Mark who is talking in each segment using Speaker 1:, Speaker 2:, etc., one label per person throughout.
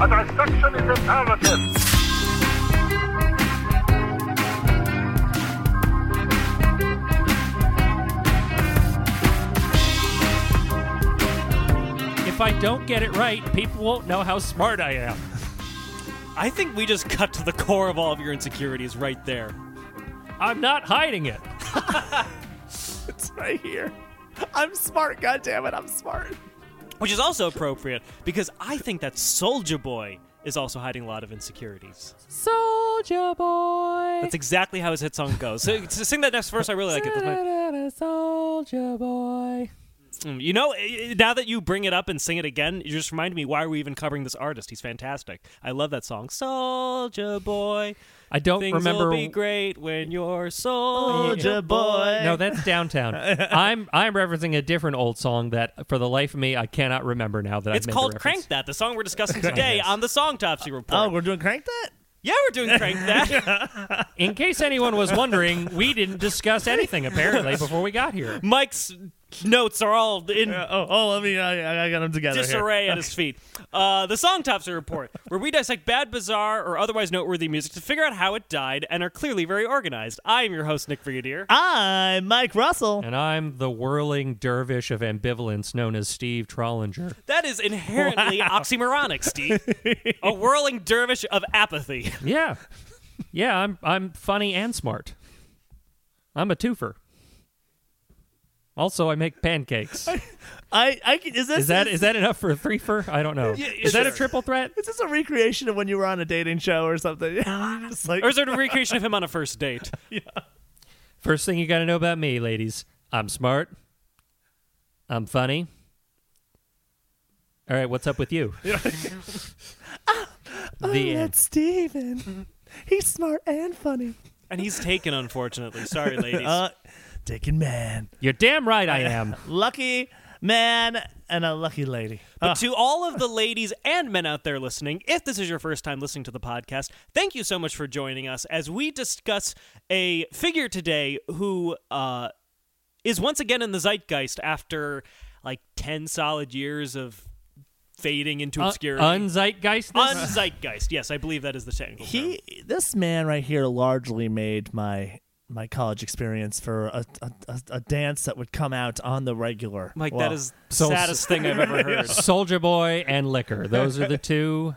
Speaker 1: A dissection is imperative.
Speaker 2: If I don't get it right, people won't know how smart I am.
Speaker 3: I think we just cut to the core of all of your insecurities right there.
Speaker 2: I'm not hiding it.
Speaker 4: It's right here. I'm smart, goddammit, I'm smart.
Speaker 3: Which is also appropriate because I think that Soldier Boy is also hiding a lot of insecurities.
Speaker 4: Soldier boy.
Speaker 3: That's exactly how his hit song goes. So, so sing that next verse. I really like it. That's my-
Speaker 4: Soldier boy.
Speaker 3: Mm, you know, eh, eh, now that you bring it up and sing it again, you just remind me why are we even covering this artist? He's fantastic. I love that song, Soldier Boy.
Speaker 2: I don't
Speaker 3: Things
Speaker 2: remember.
Speaker 3: will be great when you're Soldier
Speaker 4: Soulja
Speaker 3: Boy.
Speaker 4: Boy.
Speaker 2: No, that's downtown. I'm I'm referencing a different old song that, for the life of me, I cannot remember now. That
Speaker 3: It's
Speaker 2: I've made the
Speaker 3: called
Speaker 2: reference.
Speaker 3: Crank That, the song we're discussing today on the Song Topsy Report.
Speaker 4: Oh, we're doing crank that?
Speaker 3: yeah, we're doing Crank That.
Speaker 2: In case anyone was wondering, we didn't discuss anything apparently before we got here.
Speaker 3: Mike's notes are all in
Speaker 4: Uh, oh, oh, let me. I, I got them together. here.
Speaker 3: disarray at his feet. Uh, the Song Topsy Report, where we dissect bad, bizarre, or otherwise noteworthy music to figure out how it died and are clearly very organized. I am your host, Nick Brigadier.
Speaker 4: I'm Mike Russell.
Speaker 2: And I'm the whirling dervish of ambivalence known as Steve Trollinger.
Speaker 3: That is inherently oxymoronic, Steve. A whirling dervish of apathy.
Speaker 2: Yeah. Yeah, I'm I'm funny and smart. I'm a twofer. Also, I make pancakes.
Speaker 4: I, I can- is this
Speaker 2: Is that is that enough for a threefer? I don't know. Is that a
Speaker 3: sure.
Speaker 2: triple threat?
Speaker 4: is this a recreation of when you were on a dating show or something? It's like,
Speaker 3: Or is it a recreation of him on a first date?
Speaker 2: First thing you got to know about me, ladies. I'm smart. I'm funny. All right, what's up with you? the end.
Speaker 4: Oh, that's Steven. He's smart and funny.
Speaker 3: And he's taken, unfortunately. Sorry, ladies.
Speaker 4: Uh, taking man,
Speaker 2: You're damn right I am.
Speaker 4: lucky man, and a lucky lady.
Speaker 3: But to all of the ladies and men out there listening, if this is your first time listening to the podcast, thank you so much for joining us as we discuss a figure today who uh, is once again in the zeitgeist after like 10 solid years of fading into
Speaker 2: Uh,
Speaker 3: obscurity.
Speaker 2: Unzeitgeist.
Speaker 3: Unzeitgeist. Yes, I believe that is the technical term.
Speaker 4: he, this man right here, largely made my my college experience for a a, a, a dance that would come out on the regular.
Speaker 3: Mike,
Speaker 4: Well,
Speaker 3: that is the
Speaker 2: so-
Speaker 3: saddest thing I've ever heard.
Speaker 2: Soldier Boy and liquor. Those are the two.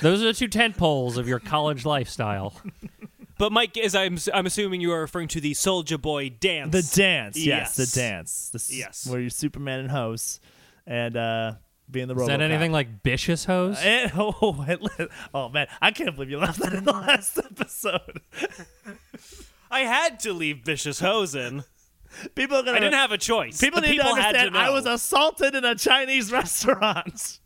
Speaker 2: Those are the two tent poles of your college lifestyle.
Speaker 3: But Mike, is I'm I'm assuming you are referring to the Soldier Boy dance.
Speaker 4: The dance,
Speaker 3: Yes.
Speaker 4: yes, the dance. This is
Speaker 3: Yes.
Speaker 4: where you're Superman and hose, and uh, being the
Speaker 2: Is
Speaker 4: robot.
Speaker 2: that anything like Bicious Hose?
Speaker 4: And, oh, it li- oh man, I can't believe you left that in the last episode.
Speaker 3: I had to leave Vicious Hosen.
Speaker 4: People are gonna.
Speaker 3: I didn't have a choice.
Speaker 4: people
Speaker 3: The
Speaker 4: need to
Speaker 3: had
Speaker 4: understand.
Speaker 3: know.
Speaker 4: I was assaulted in a Chinese restaurant.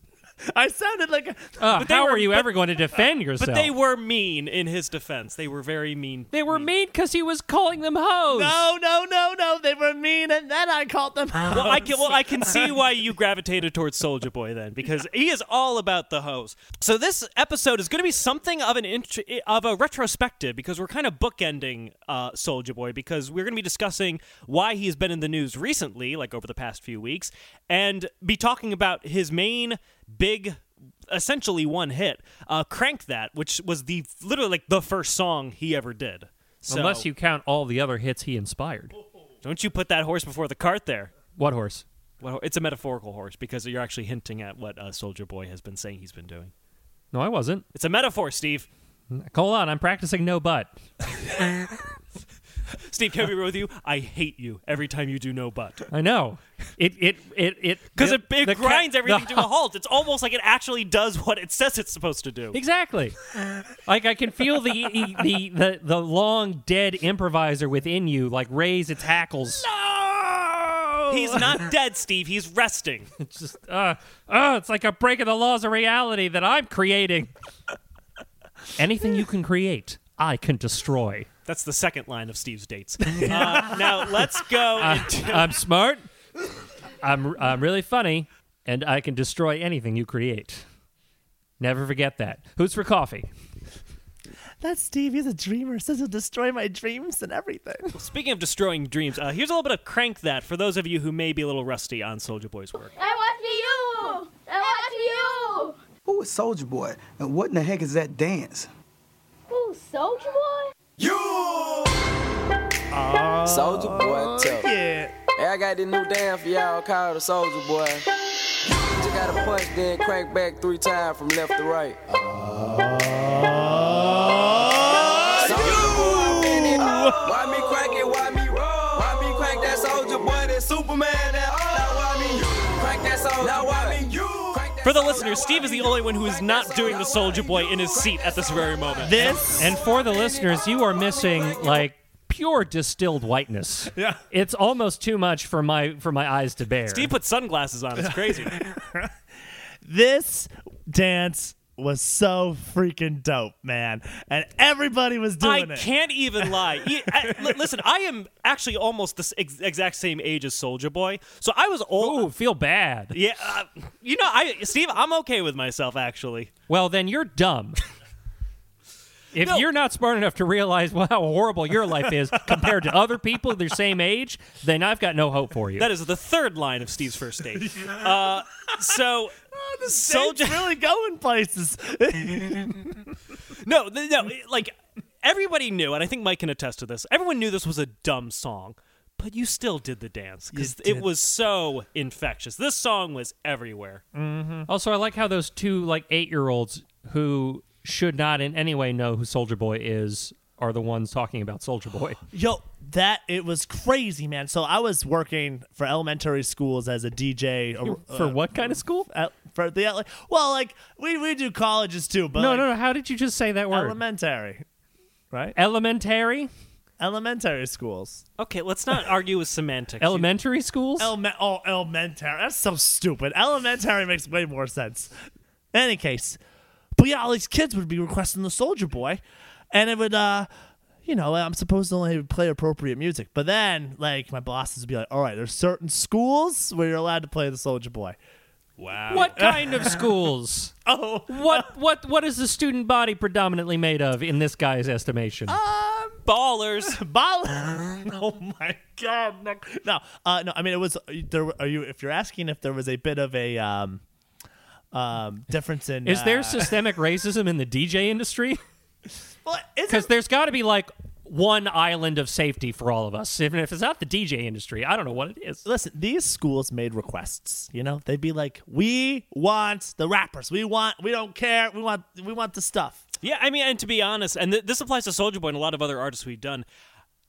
Speaker 4: I sounded like a,
Speaker 2: Uh,
Speaker 3: they
Speaker 2: how
Speaker 3: were-
Speaker 2: are you ever going to defend yourself?
Speaker 3: But they were mean in his defense. They were very mean.
Speaker 2: They were mean because he was calling them hoes.
Speaker 4: no, no, no, no. They were mean, and then I called them.
Speaker 3: Well, I can well I can see why you gravitated towards Soldier Boy then because he is all about the hose. So this episode is going to be something of an int- of a retrospective because we're kind of bookending uh, Soldier Boy because we're going to be discussing why he's been in the news recently, like over the past few weeks, and be talking about his main big essentially one hit uh, crank that which was the literally like the first song he ever did so
Speaker 2: Unless you count all the other hits he inspired.
Speaker 3: don't you put that horse before the cart there
Speaker 2: What horse?
Speaker 3: Well, it's a metaphorical horse because you're actually hinting at what uh, Soldier Boy has been saying he's been doing.
Speaker 2: No, I wasn't.
Speaker 3: It's a metaphor, Steve.
Speaker 2: Hold on, I'm practicing no butt.
Speaker 3: Steve, can I be real with you? I hate you every time you do no but.
Speaker 2: I know. It it it it
Speaker 3: Because it, it
Speaker 2: the ca-
Speaker 3: grinds everything
Speaker 2: the-
Speaker 3: to a halt. It's almost like it actually does what it says it's supposed to do.
Speaker 2: Exactly. like I can feel the, the the the long dead improviser within you like raise its hackles.
Speaker 3: He's not dead, Steve. He's resting.
Speaker 2: It's just uh oh, it's like a break of the laws of reality that I'm creating. Anything you can create, I can destroy.
Speaker 3: That's the second line of Steve's dates. Uh, now, let's go. into-
Speaker 2: I'm smart. I'm I'm really funny, and I can destroy anything you create. Never forget that. Who's for coffee?
Speaker 4: That's Steve. He's a dreamer. Says he'll destroy my dreams and everything.
Speaker 3: Speaking of destroying dreams, uh, here's a little bit of crank that for those of you who may be a little rusty on Soldier Boy's work.
Speaker 5: I want you. I want you. Who is Soldier Boy? And what in the heck is that dance?
Speaker 6: Ooh, Soldier Boy?
Speaker 7: Soldier Boy tough. Yeah. Hey, I got this new dance for y'all called the Soldier Boy. Just gotta punch, then crank back three times from left to right.
Speaker 3: Ah.
Speaker 7: Soulja Boy, man, it- Why me crank it? Why me roll? Why me crank that Soldier Boy? That Superman? That now why me crank that Soldier? Now why me you? crank that
Speaker 3: For the
Speaker 7: Soulja
Speaker 3: listeners,
Speaker 7: Boy?
Speaker 3: Steve is the only one who is not doing the Soldier Boy in his seat at this very moment.
Speaker 4: This
Speaker 2: And for the listeners, you are missing like pure distilled whiteness.
Speaker 4: Yeah.
Speaker 2: It's almost too much for my for my eyes to bear.
Speaker 3: Steve put sunglasses on. It's crazy.
Speaker 4: this dance was so freaking dope, man. And everybody was
Speaker 3: I
Speaker 4: doing it.
Speaker 3: can't even lie. E- I- li- listen, I am actually almost the s- ex- exact same age as Soldier Boy, so I was old.
Speaker 2: Ooh, feel bad.
Speaker 3: Yeah, uh, you know, I Steve, I'm okay with myself actually.
Speaker 2: Well, then you're dumb. If
Speaker 3: No.
Speaker 2: you're not smart enough to realize well, how horrible your life is compared to other people their same age, then I've got no hope for you.
Speaker 3: That is the third line of Steve's first date. Uh, so,
Speaker 4: Oh,
Speaker 3: Soldier,
Speaker 4: Dave's really going places.
Speaker 3: no, th- no, it- like everybody knew, and I think Mike can attest to this. Everyone knew this was a dumb song, but you still did the dance because
Speaker 4: You
Speaker 3: it
Speaker 4: did.
Speaker 3: was so infectious. This song was everywhere.
Speaker 4: Mm.
Speaker 2: also, I like how those two like eight year olds who should not in any way know who Soldier Boy is are the ones talking about Soldier Boy.
Speaker 4: Yo, that it was crazy, man. So I was working for elementary schools as a DJ uh,
Speaker 2: For
Speaker 4: uh,
Speaker 2: what kind of school?
Speaker 4: at- for the ele- well, like we, we do colleges too, but
Speaker 2: No,
Speaker 4: like,
Speaker 2: no, no. How did you just say that word?
Speaker 4: elementary, right?
Speaker 2: Elementary?
Speaker 4: elementary schools.
Speaker 3: Okay, let's not argue with semantics. You-
Speaker 2: Elementary schools?
Speaker 4: Elme- oh, elementary. That's so stupid. Elementary makes way more sense. In any case, but yeah, all these kids would be requesting the Soldier Boy, and it would, uh, you know, I'm supposed to only play appropriate music. But then, like, my bosses would be like, all right, there's certain schools where you're allowed to play the Soldier Boy.
Speaker 2: what kind of schools?
Speaker 4: Oh,
Speaker 2: What what what is the student body predominantly made of in this guy's estimation?
Speaker 3: ballers.
Speaker 4: Bal- oh my god, Nick. No, uh, no. I mean, it was there. were- Are you? If you're asking if there was a bit of a um, um, difference in
Speaker 2: is there
Speaker 4: uh,
Speaker 2: systemic racism in the DJ industry?
Speaker 4: well, is
Speaker 2: Because
Speaker 4: it,
Speaker 2: there's got to be like one island of safety for all of us. Even if it's not the DJ industry, I don't know what it is.
Speaker 4: listen, these schools made requests. You know, they'd be like, "We want the rappers. We want. We don't care. We want. We want the stuff."
Speaker 3: Yeah, I mean, and to be honest, and th- this applies to Soldier Boy and a lot of other artists we've done.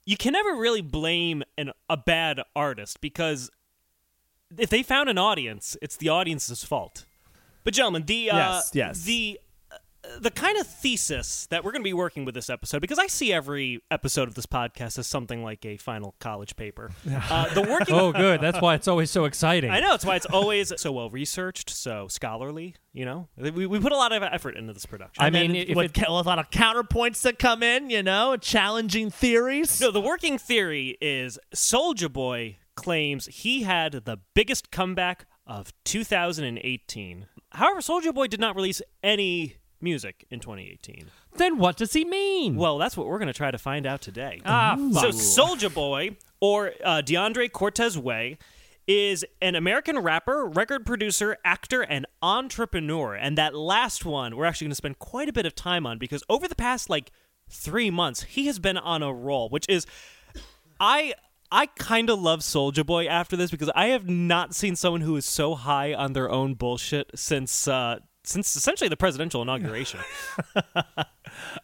Speaker 3: You can never really blame an, a bad artist because if they found an audience, it's the audience's fault. But gentlemen, the uh,
Speaker 4: Yes, yes.
Speaker 3: the uh, the kind of thesis that we're going to be working with this episode, because I see every episode of this podcast as something like a final college paper. Uh, the working
Speaker 2: Oh, good. That's why it's always so exciting.
Speaker 3: I know. It's why it's always so well researched, so scholarly. You know, we, we put a lot of effort into this production.
Speaker 2: I
Speaker 4: And
Speaker 2: mean,
Speaker 4: then
Speaker 2: if
Speaker 4: with,
Speaker 2: it-
Speaker 4: ca- with a lot of counterpoints that come in, you know, challenging theories.
Speaker 3: No, the working theory is Soldier Boy claims he had the biggest comeback of 2018. However, Soldier Boy did not release any music in 2018.
Speaker 2: Then what does he mean?
Speaker 3: Well, that's what we're going to try to find out today. Mm-hmm.
Speaker 2: ah, fuck.
Speaker 3: So, Soldier Boy, or uh, DeAndre Cortez Way, is an American rapper, record producer, actor, and entrepreneur. And that last one we're actually going to spend quite a bit of time on because over the past like three months, he has been on a roll, which is. I. I kind of love Soldier Boy after this because I have not seen someone who is so high on their own bullshit since uh, since essentially the presidential inauguration.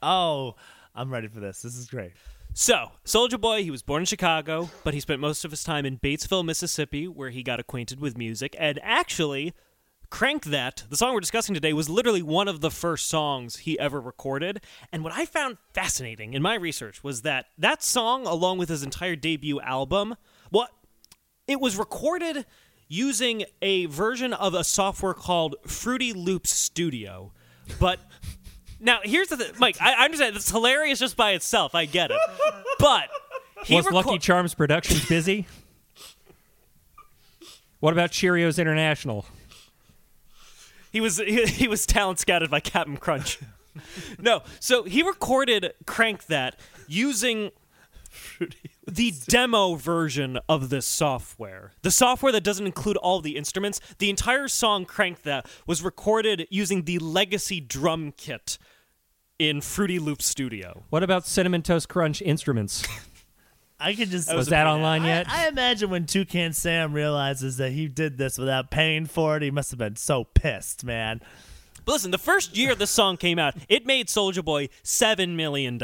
Speaker 4: Oh, I'm ready for this. This is great.
Speaker 3: So, Soldier Boy, he was born in Chicago, but he spent most of his time in Batesville, Mississippi, where he got acquainted with music. And actually, Crank That, the song we're discussing today, was literally one of the first songs he ever recorded. And what I found fascinating in my research was that that song, along with his entire debut album, what it was recorded using a version of a software called Fruity Loops Studio. But now here's the thing, Mike. I, I understand it's hilarious just by itself. I get it, but he
Speaker 2: was
Speaker 3: reco-
Speaker 2: Lucky Charms Productions busy? what about Cheerios International?
Speaker 3: he was he, he was talent scouted by Captain Crunch. no, so he recorded "Crank That" using the demo version of this software, the software that doesn't include all the instruments, the entire song Crank That was recorded using the legacy drum kit in Fruity Loop Studio.
Speaker 2: What about Cinnamon Toast Crunch instruments?
Speaker 4: I could just
Speaker 2: Was that online
Speaker 4: I-
Speaker 2: yet?
Speaker 4: I, imagine when Toucan Sam realizes that he did this without paying for it, he must have been so pissed, man.
Speaker 3: But listen, the first year this song came out, it made Soldier Boy $7 million.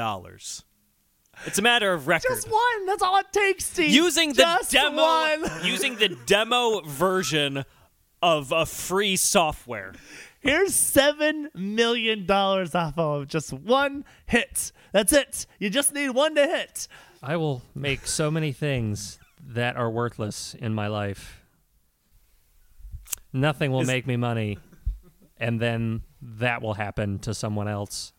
Speaker 3: It's a matter of record.
Speaker 4: Just one. That's all it takes, Steve.
Speaker 3: using the
Speaker 4: Just
Speaker 3: demo
Speaker 4: One.
Speaker 3: using the demo version of a free software.
Speaker 4: Here's seven million dollars off of just one hit. That's it. You just need one to hit.
Speaker 2: I will make so many things that are worthless in my life. Nothing will make me money, and then that will happen to someone else.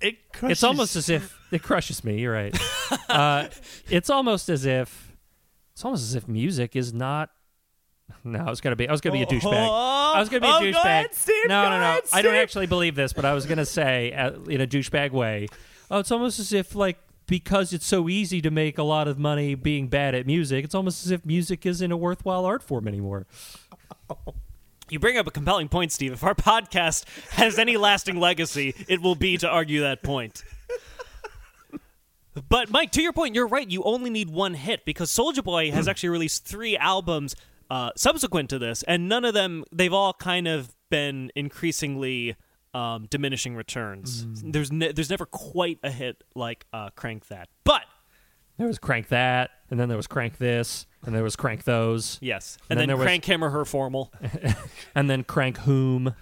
Speaker 4: It crushes.
Speaker 2: It's almost as if it crushes me. You're right. Uh, it's almost as if it's almost as if music is not. No, I was gonna be. I was gonna be a
Speaker 4: Oh,
Speaker 2: douchebag. I was gonna be
Speaker 4: oh,
Speaker 2: a
Speaker 4: go
Speaker 2: douchebag.
Speaker 4: ahead, Steve,
Speaker 2: no,
Speaker 4: go
Speaker 2: no, no.
Speaker 4: ahead,
Speaker 2: I don't
Speaker 4: Steve.
Speaker 2: actually believe this, but I was gonna say uh, in a douchebag way. Oh, it's almost as if like because it's so easy to make a lot of money being bad at music. It's almost as if music isn't a worthwhile art form anymore.
Speaker 3: You bring up a compelling point, Steve. If our podcast has any lasting legacy, it will be to argue that point. But Mike, to your point, you're right. You only need one hit because Soldier Boy has actually released three albums uh, subsequent to this, and none of them they've all kind of been increasingly um, diminishing returns. There's ne- there's never quite a hit like uh, Crank That, but
Speaker 2: There was crank that, and then there was crank this, and there was crank those.
Speaker 3: yes,
Speaker 2: And
Speaker 3: and,
Speaker 2: then
Speaker 3: then,
Speaker 2: there was-
Speaker 3: Crank Hammer Her Formal.
Speaker 2: and then crank whom,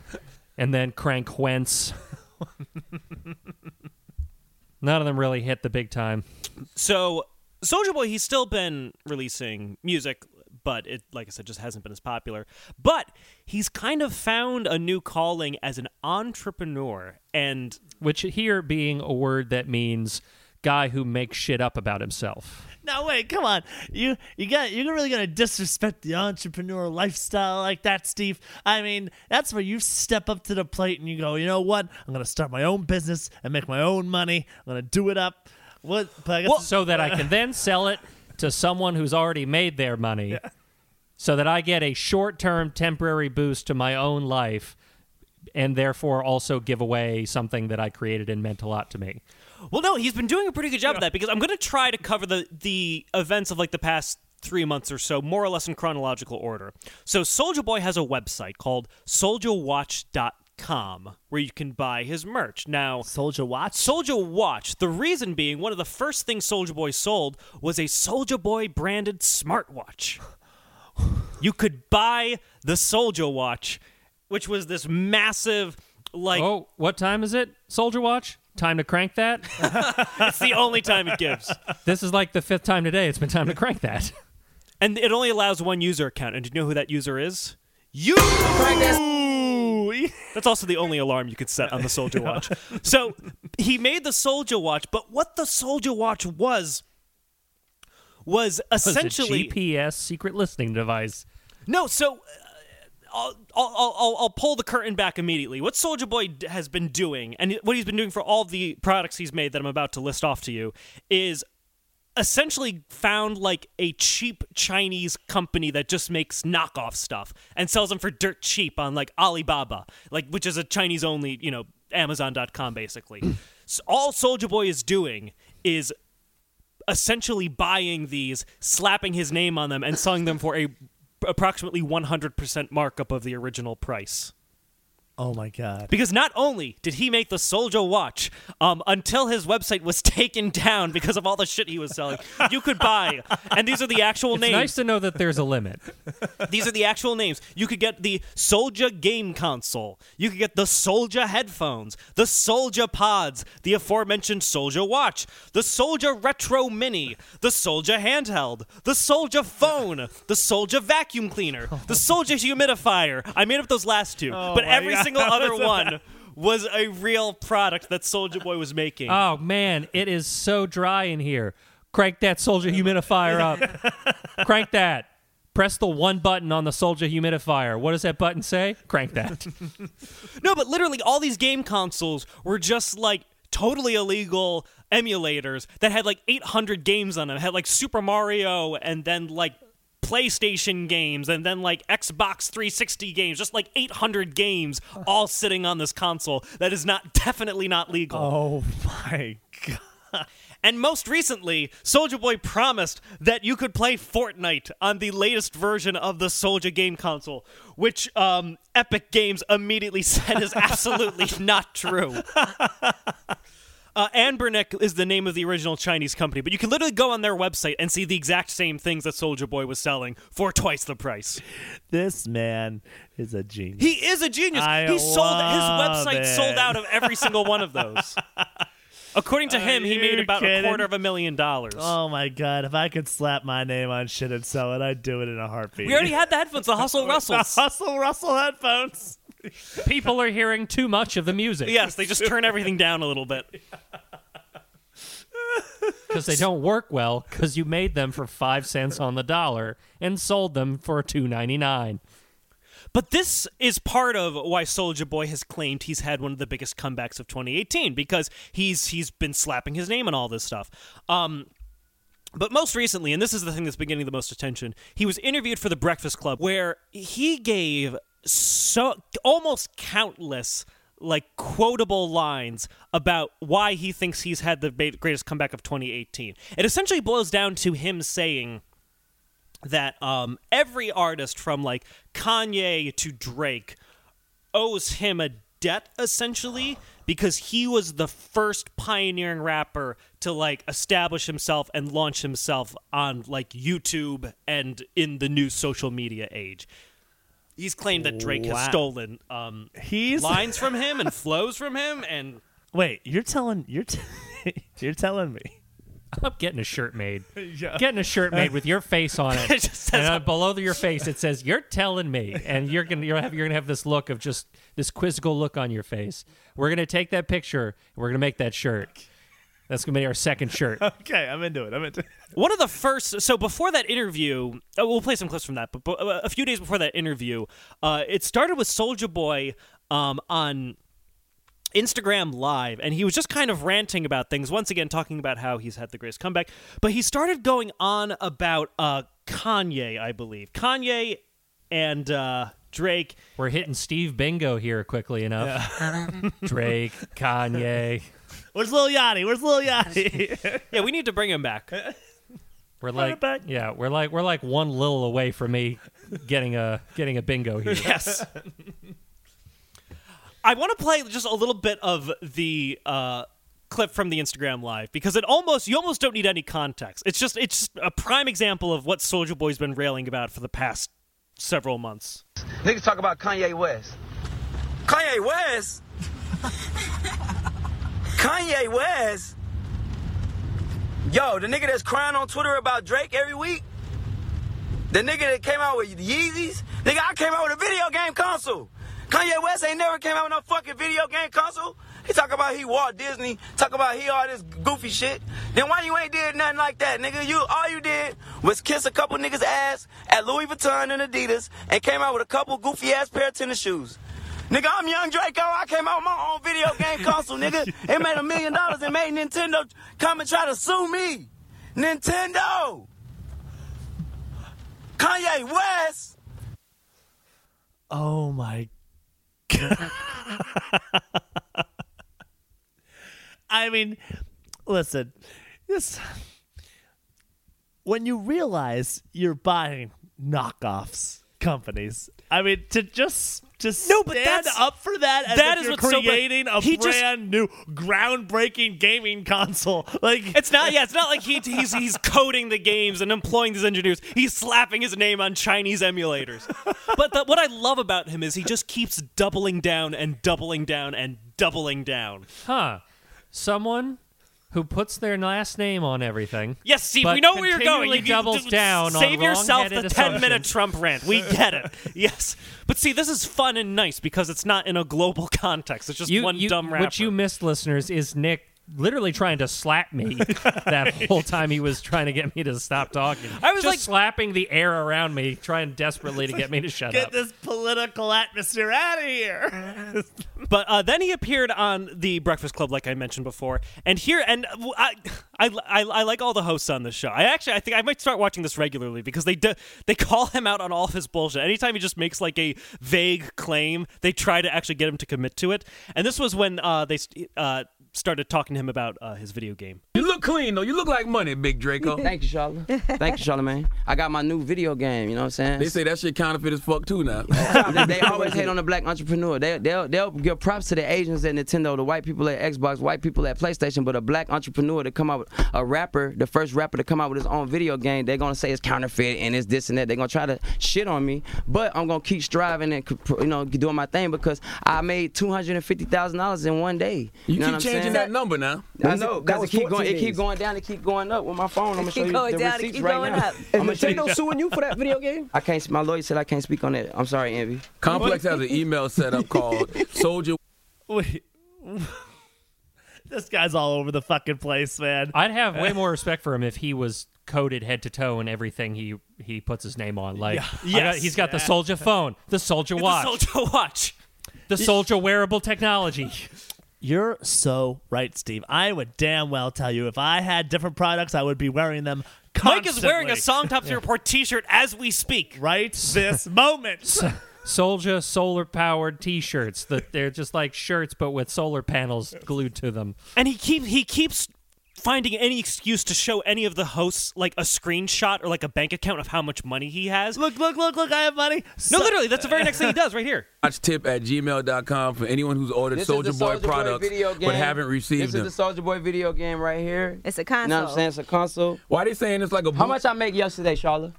Speaker 2: and then crank whence. None of them really hit the big time.
Speaker 3: So Soldier Boy, he's still been releasing music, but it, like I said, just hasn't been as popular. But he's kind of found a new calling as an entrepreneur, and
Speaker 2: Which here being a word that means guy who makes shit up about himself.
Speaker 4: No, wait, come on. You you got you're really gonna disrespect the entrepreneur lifestyle like that, Steve. I mean, that's where you step up to the plate and you go, you know what? I'm gonna start my own business and make my own money. I'm gonna do it up. What? But I guess
Speaker 2: So that I can then sell it to someone who's already made their money. So that I get a short term temporary boost to my own life and therefore also give away something that I created and meant a lot to me.
Speaker 3: well, no, he's been doing a pretty good job of that because I'm going to try to cover the the events of like the past three months or so, more or less in chronological order. So Soldier Boy has a website called SoldierWatch.com where you can buy his merch now.
Speaker 4: Soldier Watch.
Speaker 3: Soldier Watch, the reason being one of the first things Soldier Boy sold was a Soldier Boy branded smartwatch. you could buy the Soldier Watch, which was this massive, like,
Speaker 2: Oh, what time is it? Soldier Watch? Time to crank that?
Speaker 3: it's the only time it gives.
Speaker 2: this is like the fifth time today. It's been time to crank that.
Speaker 3: And it only allows one user account. And do you know who that user is? You!
Speaker 4: Ooh,
Speaker 3: That's also the only alarm you could set on the Soldier Watch. so he made the Soldier Watch, but what the Soldier Watch was was
Speaker 2: It's a
Speaker 3: essentially
Speaker 2: GPS secret listening device.
Speaker 3: No, so uh, I'll, I'll, I'll, I'll pull the curtain back immediately. What Soldier Boy d- has been doing, and what he's been doing for all the products he's made that I'm about to list off to you, is essentially found like a cheap Chinese company that just makes knockoff stuff and sells them for dirt cheap on like Alibaba, like which is a Chinese only, you know, Amazon.com basically. so all Soldier Boy is doing is essentially buying these, slapping his name on them, and selling them for a approximately 100% markup of the original price.
Speaker 4: Oh my God.
Speaker 3: Because not only did he make the Soldier watch, um, until his website was taken down because of all the shit he was selling, you could buy. And these are the actual
Speaker 2: It's
Speaker 3: names.
Speaker 2: nice to know that there's a limit.
Speaker 3: These are the actual names. You could get the Soldier game console. You could get the Soldier headphones, the Soldier pods, the aforementioned Soldier watch, the Soldier retro mini, the Soldier handheld, the Soldier phone, the Soldier vacuum cleaner, the Soldier humidifier. I made up those last two, but
Speaker 4: Oh my
Speaker 3: every
Speaker 4: God.
Speaker 3: single other
Speaker 4: That's a
Speaker 3: one was a real product that Soldier Boy was making.
Speaker 2: Oh man, it is so dry in here. Crank that soldier humidifier up. Crank that. Press the one button on the soldier humidifier. What does that button say? Crank that.
Speaker 3: No, but literally all these game consoles were just like totally illegal emulators that had like 800 games on them, had like Super Mario and then like PlayStation games and then like Xbox 360 games, just like 800 games all sitting on this console that is not definitely not legal.
Speaker 4: Oh my god.
Speaker 3: And most recently, Soldier Boy promised that you could play Fortnite on the latest version of the Soldier game console, which um, Epic Games immediately said is absolutely not true. Uh, Anbernic is the name of the original Chinese company, but you can literally go on their website and see the exact same things that Soldier Boy was selling for twice the price.
Speaker 4: This man is a genius.
Speaker 3: He is a genius.
Speaker 4: I
Speaker 3: he sold his
Speaker 4: love
Speaker 3: website
Speaker 4: it.
Speaker 3: sold out of every single one of those. According to him, he made
Speaker 4: you
Speaker 3: about
Speaker 4: kidding?
Speaker 3: a quarter of a million dollars.
Speaker 4: oh my god, if I could slap my name on shit and sell it, I'd do it in a heartbeat.
Speaker 3: We already had the headphones, the Hustle Rustles.
Speaker 4: Hustle Russell headphones.
Speaker 2: People are hearing too much of the music
Speaker 3: yes, they just turn everything down a little bit.
Speaker 2: because they don't work well because you made them for five cents on the dollar and sold them for two ninety nine.
Speaker 3: But this is part of why Soldier Boy has claimed he's had one of the biggest comebacks of 2018 because he's he's been slapping his name on all this stuff. Um, but most recently, and this is the thing that's been getting the most attention, he was interviewed for the Breakfast Club where he gave so almost countless like quotable lines about why he thinks he's had the ba- greatest comeback of 2018. It essentially boils down to him saying that um, every artist from like Kanye to Drake owes him a debt essentially because he was the first pioneering rapper to like establish himself and launch himself on like YouTube and in the new social media age. He's claimed that Drake has
Speaker 4: Wow.
Speaker 3: stolen um,
Speaker 4: He's
Speaker 3: lines from him and flows from him and
Speaker 4: Wait, you're telling you're t- you're telling me.
Speaker 2: I'm getting a shirt made. Getting a shirt made with your face on it,
Speaker 3: It just says-
Speaker 2: and uh, below your face it says "You're telling me," and you're gonna you're, gonna have, you're gonna have this look of just this quizzical look on your face. We're gonna take that picture. And we're gonna make that shirt. That's gonna be our second shirt.
Speaker 4: Okay, I'm into it. I'm into it.
Speaker 3: One of the first, so before that interview, uh, we'll play some clips from that. But, but uh, a few days before that interview, uh, it started with Soldier Boy um, on Instagram Live, and he was just kind of ranting about things. Once again, talking about how he's had the greatest comeback, but he started going on about uh, Kanye, I believe, Kanye and uh, Drake.
Speaker 2: We're hitting Steve Bingo here quickly enough. Drake, Kanye.
Speaker 4: Where's Lil Yachty? Where's Lil Yachty?
Speaker 3: Yeah, we need to bring him back.
Speaker 2: We're like
Speaker 4: back.
Speaker 2: yeah, we're like we're like one little away from me getting a getting a bingo here.
Speaker 3: Yes. I want to play just a little bit of the uh, clip from the Instagram live because it almost you almost don't need any context. It's just it's just a prime example of what Soldier Boy's been railing about for the past several months.
Speaker 8: Niggas talk about Kanye West.
Speaker 7: Kanye West. Kanye West. Yo, the nigga that's crying on Twitter about Drake every week. The nigga that came out with Yeezys. Nigga, I came out with a video game console. Kanye West ain't never came out with no fucking video game console. He talk about he Walt Disney. Talk about he all this goofy shit. Then why you ain't did nothing like that, nigga? You all you did was kiss a couple niggas ass at Louis Vuitton and Adidas and came out with a couple goofy ass pair of tennis shoes. Nigga, I'm Young Draco. I came out with my own video game console, nigga. It made a million dollars and made Nintendo come and try to sue me. Nintendo! Kanye West!
Speaker 4: oh my god. I mean, listen. This when you realize you're buying knockoffs companies. I mean, to just to
Speaker 3: No, but
Speaker 4: stand
Speaker 3: that's-
Speaker 4: up for that as
Speaker 3: that
Speaker 4: if
Speaker 3: is
Speaker 4: you're
Speaker 3: what's so bad.
Speaker 4: creating a
Speaker 3: He just-
Speaker 4: brand new groundbreaking gaming console. Like
Speaker 3: It's not yeah, it's not like he, he's he's coding the games and employing these engineers. He's slapping his name on Chinese emulators. But the, what I love about him is he just keeps doubling down and doubling down and doubling down.
Speaker 2: Huh. Someone who puts their last name on everything.
Speaker 3: Yes, Steve,
Speaker 2: but
Speaker 3: we know where you're going.
Speaker 2: continually
Speaker 3: You- you-
Speaker 2: doubles
Speaker 3: just
Speaker 2: down on
Speaker 3: Save yourself the
Speaker 2: wrong-headed
Speaker 3: 10 minute
Speaker 2: assumptions.
Speaker 3: Trump rant. We get it. yes. But see, this is fun and nice because it's not in a global context. It's just
Speaker 2: You-
Speaker 3: one
Speaker 2: you-
Speaker 3: dumb rapper.
Speaker 2: What you missed, listeners, is Nick literally trying to slap me that whole time he was trying to get me to stop talking.
Speaker 3: I was
Speaker 2: Just
Speaker 3: like-
Speaker 2: slapping the air around me, trying desperately to get me to shut
Speaker 4: get
Speaker 2: up.
Speaker 4: this political atmosphere out of here.
Speaker 3: But uh, then he appeared on the Breakfast Club, like I mentioned before, and here and uh, I, I, I, I like all the hosts on this show. I actually, I think I might start watching this regularly because they do, they call him out on all of his bullshit. Anytime he just makes like a vague claim, they try to actually get him to commit to it. And this was when uh, they uh, started talking to him about uh, his video game.
Speaker 9: You look clean though. You look like money, Big Draco.
Speaker 7: Thank you, Charlotte. Thank you, Charlemagne. I got my new video game, you know what I'm saying?
Speaker 9: They say that shit counterfeit as fuck too now.
Speaker 7: they, they always hate on the black entrepreneur. They, they'll, they'll give props to the Asians at Nintendo, the white people at Xbox, white people at PlayStation, but a black entrepreneur to come out, with a rapper, the first rapper to come out with his own video game, they're going to say it's counterfeit and it's this and that. They're going to try to shit on me, but I'm going to keep striving and, you know, doing my thing because I made $250,000 in one day.
Speaker 9: You,
Speaker 7: know
Speaker 9: keep
Speaker 7: what I'm
Speaker 9: changing
Speaker 7: saying?
Speaker 9: that number now.
Speaker 7: I know,
Speaker 10: that
Speaker 7: because it
Speaker 10: was
Speaker 7: keep going,
Speaker 10: 14
Speaker 7: it keep
Speaker 10: days.
Speaker 7: going down, it keep going up with my phone. I'm gonna show
Speaker 10: keep
Speaker 7: you
Speaker 10: going
Speaker 7: the
Speaker 10: down, it
Speaker 7: receipts
Speaker 10: keep
Speaker 7: right
Speaker 10: going
Speaker 7: now.
Speaker 10: up.
Speaker 7: I'm
Speaker 10: Is
Speaker 7: gonna show you-
Speaker 10: Nintendo suing you for that video game?
Speaker 7: I can't. My lawyer said I can't speak on it. I'm sorry, Envy.
Speaker 9: Complex has an email set up called Soldier
Speaker 4: Wait. this guy's all over the fucking place, man.
Speaker 2: I'd have way more respect for him if he was coded head to toe in everything he he puts his name on. Like, I got-
Speaker 3: Yes.
Speaker 2: he's got the soldier phone, the soldier watch,
Speaker 3: The Soldier Watch.
Speaker 2: the soldier wearable technology.
Speaker 4: You're so right, Steve. I would damn well tell you if I had different products, I would be wearing them
Speaker 3: Mike
Speaker 4: constantly.
Speaker 3: is wearing a Song Top Zero Report T-shirt as we speak.
Speaker 4: right this moment.
Speaker 2: Soldier solar powered T-shirts. That they're just like shirts, but with solar panels glued to them.
Speaker 3: and he keep he keeps finding any excuse to show any of the hosts like a screenshot or like a bank account of how much money he has.
Speaker 4: look, look, look, look! I have money.
Speaker 3: no, literally, that's the very next thing he does right here.
Speaker 9: Watch tip at gmail.com for anyone who's ordered
Speaker 7: This
Speaker 9: Soldier
Speaker 7: is the
Speaker 9: Boy
Speaker 7: Soulja Boy
Speaker 9: products
Speaker 7: video game.
Speaker 9: but haven't received
Speaker 7: This is
Speaker 9: them.
Speaker 7: the Soldier Boy video game right here.
Speaker 10: It's a
Speaker 7: You know what I'm
Speaker 10: console.
Speaker 7: saying? It's a console.
Speaker 9: Why they saying it's like a
Speaker 7: How
Speaker 9: boot-
Speaker 7: much I make yesterday, Charlotte?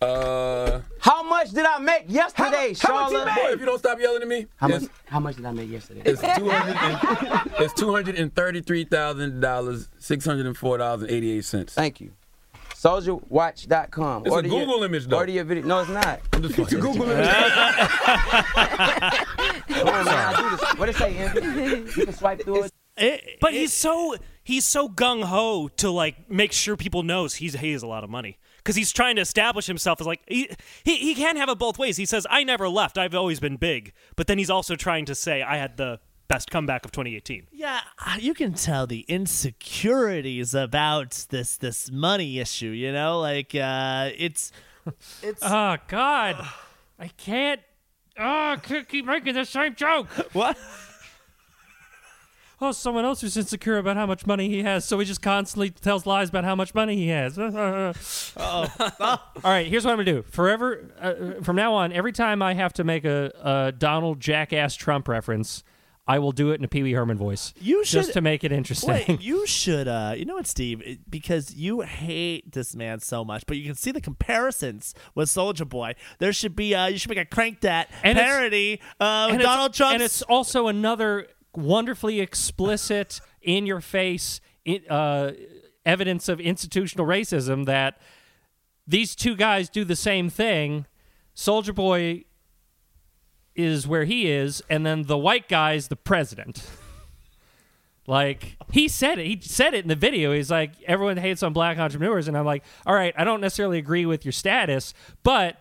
Speaker 9: Uh,
Speaker 7: How much did I make
Speaker 9: how,
Speaker 7: yesterday,
Speaker 9: how much you
Speaker 7: Charlotte?
Speaker 9: made? If you don't stop yelling at me,
Speaker 7: How much?
Speaker 9: it's,
Speaker 7: How much did I make yesterday?
Speaker 9: it's two hundred. and- it's two hundred and thirty-three thousand dollars, six hundred and four dollars and eighty-eight cents.
Speaker 7: Thank you. SoldierWatch.com.
Speaker 9: It's a Google image, though.
Speaker 7: Order your video. No, it's not.
Speaker 9: I'm just fucking with you.
Speaker 7: Come on, man. I do this. What it say, Envy? You can swipe through it.
Speaker 4: It-
Speaker 3: But he's so he's so gung ho to like make sure people knows he's he has a lot of money because he's trying to establish himself as like he, he he can't have it both ways. He says I never left. I've always been big, but then he's also trying to say I had the best comeback of 2018.
Speaker 4: yeah, you can tell the insecurities about this this money issue. You know, like uh, it's it's
Speaker 2: Oh God, I can't. Oh, I can't keep making the same joke.
Speaker 4: what
Speaker 2: Oh, someone else who's insecure about how much money he has, so he just constantly tells lies about how much money he has. oh All right, here's what I'm gonna do. Forever, uh, from now on, every time I have to make a, a Donald Jackass Trump reference, I will do it in a Pee Wee Herman voice.
Speaker 4: You
Speaker 2: just
Speaker 4: should-
Speaker 2: to make it interesting.
Speaker 4: Wait, you should. Uh, you know what, Steve? It- Because you hate this man so much, but you can see the comparisons with Soldier Boy. There should be. Uh, you should make a crank that
Speaker 2: And it's-
Speaker 4: parody of
Speaker 2: And it's-
Speaker 4: Uh, Donald Trump.
Speaker 2: And it's also another wonderfully explicit, in your face it, uh, evidence of institutional racism that these two guys do the same thing. Soldier Boy is where he is, and then the white guy's the president. Like he said it, he said it in the video. He's like, everyone hates on black entrepreneurs, and I'm like, all right, I don't necessarily agree with your status, but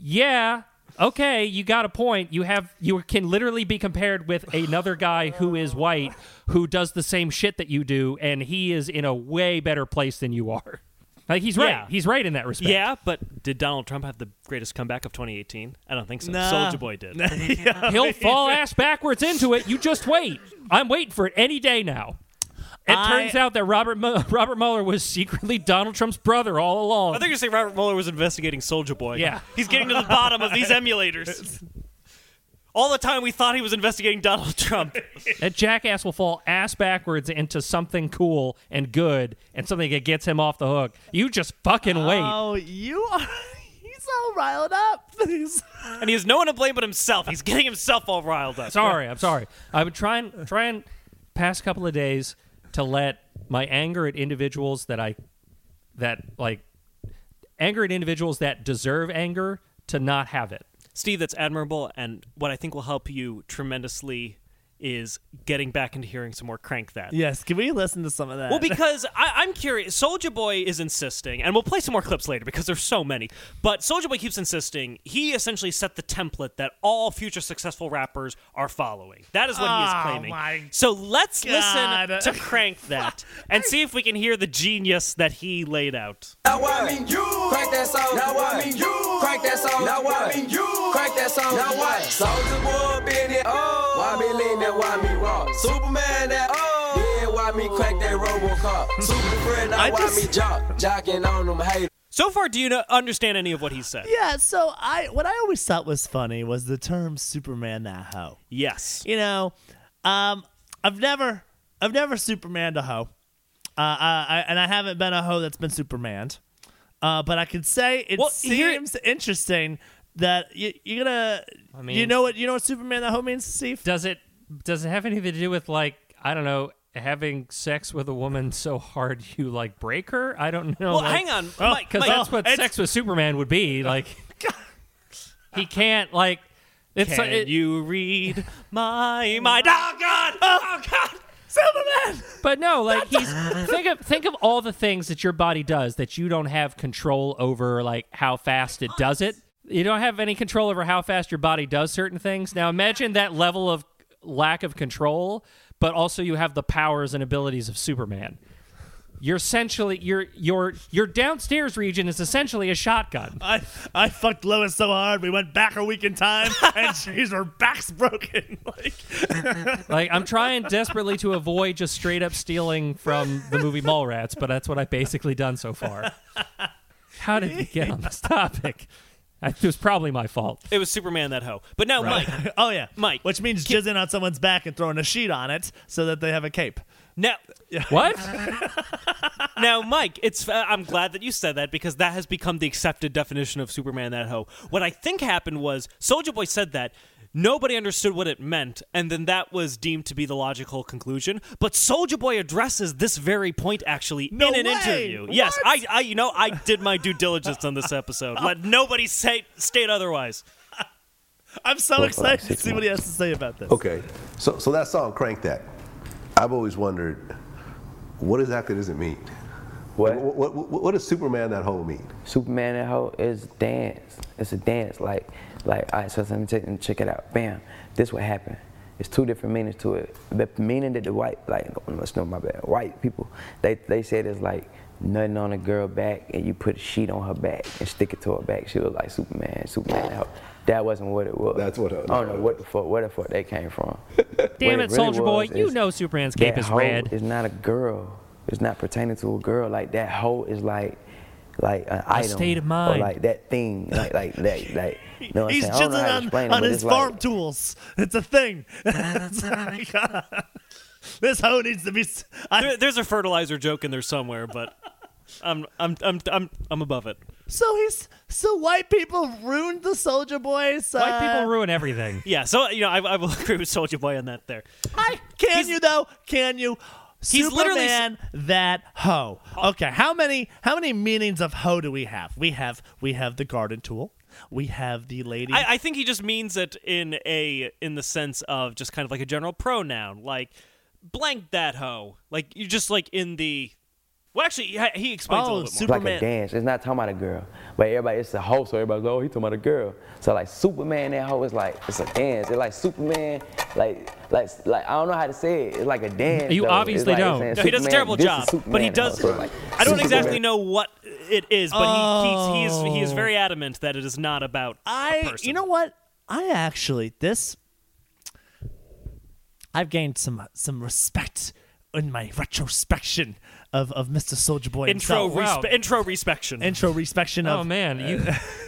Speaker 2: yeah okay you got a point you have you can literally be compared with another guy who is white who does the same shit that you do and he is in a way better place than you are like he's right
Speaker 3: Yeah.
Speaker 2: he's right in that respect
Speaker 3: Yeah, but did Donald Trump have the greatest comeback of 2018? I don't think so.
Speaker 4: Nah.
Speaker 3: Soldier Boy did.
Speaker 2: he'll fall ass backwards into it you just wait i'm waiting for it any day now it
Speaker 4: I-
Speaker 2: turns out that Robert Mu- Robert Mueller was secretly Donald Trump's brother all along.
Speaker 3: I think you say Robert Mueller was investigating Soldier Boy.
Speaker 2: Yeah.
Speaker 3: he's getting to the bottom of these emulators. All the time we thought he was investigating Donald Trump.
Speaker 2: that jackass will fall ass backwards into something cool and good and something that gets him off the hook. You just fucking wait.
Speaker 4: oh, you are. He's all riled up. He's-
Speaker 3: And he has no one to blame but himself. He's getting himself all riled up.
Speaker 2: sorry. I'm sorry. I would try and try and past couple of days to let my anger at individuals that I that like anger at individuals that deserve anger to not have it.
Speaker 3: Steve, that's admirable. And what I think will help you tremendously is getting back into hearing some more crank that.
Speaker 4: Yes, can we listen to some of that?
Speaker 3: Well, because I, I'm curious, Soldier Boy is insisting, and we'll play some more clips later because there's so many. But Soldier Boy keeps insisting he essentially set the template that all future successful rappers are following. That is what he
Speaker 4: Oh,
Speaker 3: is claiming.
Speaker 4: my
Speaker 3: so let's
Speaker 4: God.
Speaker 3: listen to Crank that and see if we can hear the genius that he laid out.
Speaker 7: Now I mean you. Crank that song. Now I mean you. Crank that song. Now I mean you. Crank that song. Now what? Soldier boy been it. Oh. Why me lean that? Why me raw? Superman that. Oh. Yeah, why me crank that RoboCop?
Speaker 9: Hmm.
Speaker 7: Super friend. Now
Speaker 4: I
Speaker 7: why
Speaker 4: just-
Speaker 7: me jock? Jocking on them haters.
Speaker 3: So far, do you kno- understand any of what he said?
Speaker 4: yeah, so I what I always thought was funny was the term Superman that hoe.
Speaker 3: Yes.
Speaker 4: You know, um, I've never I've never Supermaned a hoe. Uh, I, I, and I haven't been a hoe that's been Supermaned. Uh, but I can say it
Speaker 3: Well, here-
Speaker 4: seems interesting that you, you're gonna. I
Speaker 2: mean-
Speaker 4: you know what you know what Superman the hoe means, Steve?
Speaker 2: Does it does it have anything to do with like I don't know having sex with a woman so hard you like break her? I don't know.
Speaker 3: Well, hang on, Mike,
Speaker 2: because
Speaker 3: Mike.
Speaker 2: that's what
Speaker 4: it's-
Speaker 2: sex with Superman would be like. he can't like. It's
Speaker 3: Can
Speaker 2: it-
Speaker 3: you read my mind? Oh God! Oh God!
Speaker 4: Superman.
Speaker 2: But no, like he's think of think of all the things that your body does that you don't have control over, like how fast it does it. You don't have any control over how fast your body does certain things. Now imagine that level of lack of control, but also you have the powers and abilities of Superman. You're essentially your your your downstairs region is essentially a shotgun.
Speaker 4: I I fucked Lois so hard we went back a week in time and she's her back's broken. like
Speaker 2: Like I'm trying desperately to avoid just straight up stealing from the movie Mallrats, but that's what I've basically done so far. How did we get on this topic? I- It was probably my fault.
Speaker 3: It was Superman that hoe. But now, Mike.
Speaker 4: oh yeah,
Speaker 3: Mike,
Speaker 4: Which means jizzing on someone's back and throwing a sheet on it so that they have a cape.
Speaker 3: Now,
Speaker 2: What?
Speaker 3: now, Mike, it's. Uh, I'm glad that you said that because that has become the accepted definition of Superman that hoe. What I think happened was Soldier Boy said that. Nobody understood what it meant, and then that was deemed to be the logical conclusion. But Soldier Boy addresses this very point actually
Speaker 4: No
Speaker 3: in an
Speaker 4: way!
Speaker 3: interview. Yes, I, I, you know, I did my due diligence on this episode. Let nobody say state otherwise.
Speaker 4: I'm so excited to see what he has to say about this.
Speaker 10: Okay, so so that song, crank that. I've always wondered, what exactly does it mean? What what, what, what does Superman that whole mean?
Speaker 7: Superman and hoe is dance. It's a dance. Like, like, all right, so let me take and check it out. Bam. This what happened. It's two different meanings to it. The meaning that the white, like, no, no, it's not my bad. White people, they they said it's like nothing on a girl back, and you put a sheet on her back and stick it to her back. She was like Superman, Superman. and hoe. That wasn't what it was.
Speaker 10: That's what it
Speaker 7: I don't know
Speaker 10: was.
Speaker 7: what the fuck, where the fuck they came from.
Speaker 2: Damn it,
Speaker 7: What really
Speaker 2: Soldier Boy!
Speaker 7: was
Speaker 2: You
Speaker 7: is
Speaker 2: know Oh, Superman's cape
Speaker 7: that
Speaker 2: is
Speaker 7: hoe
Speaker 2: red.
Speaker 7: Is not a girl. It's not pertaining to a girl. Like that hoe is like, like an item
Speaker 2: state of
Speaker 7: or
Speaker 2: mind.
Speaker 7: like that thing, like like that, like. You know what
Speaker 4: He's
Speaker 7: I'm saying? I don't know how to
Speaker 4: jizzing
Speaker 7: explain
Speaker 4: on,
Speaker 7: it,
Speaker 4: on
Speaker 7: but
Speaker 4: his
Speaker 7: it's like-
Speaker 4: farm tools. It's a thing. It's like, this hoe needs to be. s- I,
Speaker 3: There, there's a fertilizer joke in there somewhere, but I'm I'm I'm I'm, I'm above it.
Speaker 4: so he's so white people ruined the Soldier Boys.
Speaker 2: White
Speaker 4: uh,
Speaker 2: people ruin everything.
Speaker 3: Yeah, so you know I, I will agree with Soldier Boy on that. There,
Speaker 4: I, can you though? Can you?
Speaker 3: He's literally s-
Speaker 4: Superman that hoe. Okay, how many how many meanings of hoe do we have? We have we have the garden tool. We have the lady.
Speaker 3: I, I think he just means it in a in the sense of just kind of like a general pronoun, like blank that hoe. Like you just like in the. Well, actually, he, he explains it a
Speaker 4: oh,
Speaker 3: little bit more.
Speaker 7: Like
Speaker 4: Superman.
Speaker 7: a dance. It's not talking about a girl, but everybody, it's a hoe, so everybody's like, oh, he talking about a girl. So like Superman, that hoe is like, it's a dance. It's like Superman, like, like, like I don't know how to say it. It's like a dance.
Speaker 2: You
Speaker 7: though. It's
Speaker 2: obviously
Speaker 7: like it's
Speaker 2: don't.
Speaker 7: saying
Speaker 3: No, he does a
Speaker 7: Superman,
Speaker 3: terrible
Speaker 7: this is
Speaker 3: job, but
Speaker 7: Superman
Speaker 3: he
Speaker 7: and hoe.
Speaker 3: does.
Speaker 7: So, like,
Speaker 3: I don't
Speaker 7: Superman.
Speaker 3: exactly know what it is, but he, he's, he's he is very adamant that it is not about. a
Speaker 4: I
Speaker 3: person.
Speaker 4: you know what? I actually this I've gained some some respect in my retrospection of of Mr. Soldier Boy
Speaker 3: intro
Speaker 4: himself.
Speaker 2: wow.
Speaker 3: respe- intro respection.
Speaker 4: intro respection
Speaker 2: Oh
Speaker 4: of
Speaker 2: man, you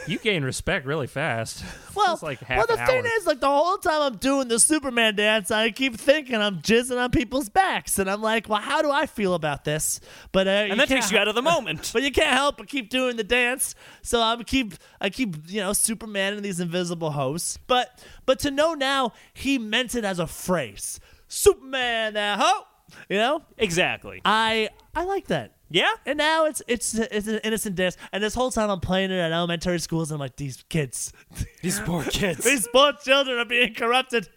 Speaker 2: you gain respect really fast.
Speaker 4: well,
Speaker 2: It's like
Speaker 4: well
Speaker 2: half
Speaker 4: the
Speaker 2: an
Speaker 4: thing
Speaker 2: hour.
Speaker 4: is like the whole time I'm doing the Superman dance, I keep thinking I'm jizzing on people's backs and I'm like, "Well, how do I feel about this?" But uh,
Speaker 3: and that takes you out of the moment.
Speaker 4: But you can't help but keep doing the dance. So I keep I keep you know Superman and these invisible hosts. But but to know now he meant it as a phrase. Superman that ho. You know
Speaker 3: exactly.
Speaker 4: I I like that.
Speaker 3: Yeah.
Speaker 4: And now it's it's it's an innocent dance. And this whole time I'm playing it at elementary schools. And I'm like these kids,
Speaker 3: These poor kids.
Speaker 4: these poor children are being corrupted.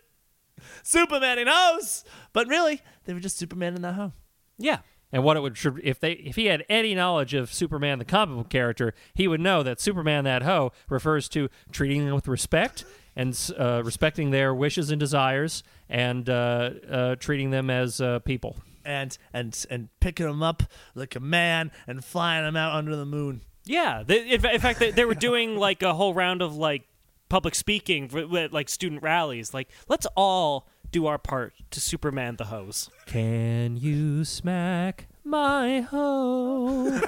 Speaker 4: Superman in hose. But really, they were just Superman in that home.
Speaker 3: Yeah.
Speaker 2: And what it would should- if they if he had any knowledge of Superman the comic book character, he would know that Superman that hoe refers to treating them with respect and uh, respecting their wishes and desires and uh, uh, treating them as uh, people.
Speaker 4: And and and picking him up like a man and flying him out under the moon.
Speaker 3: Yeah. They, in, fa- in fact, they, they were doing like a whole round of like public speaking, for- with, like student rallies. Like, let's all do our part to Superman the hose.
Speaker 2: Can you smack my hoe?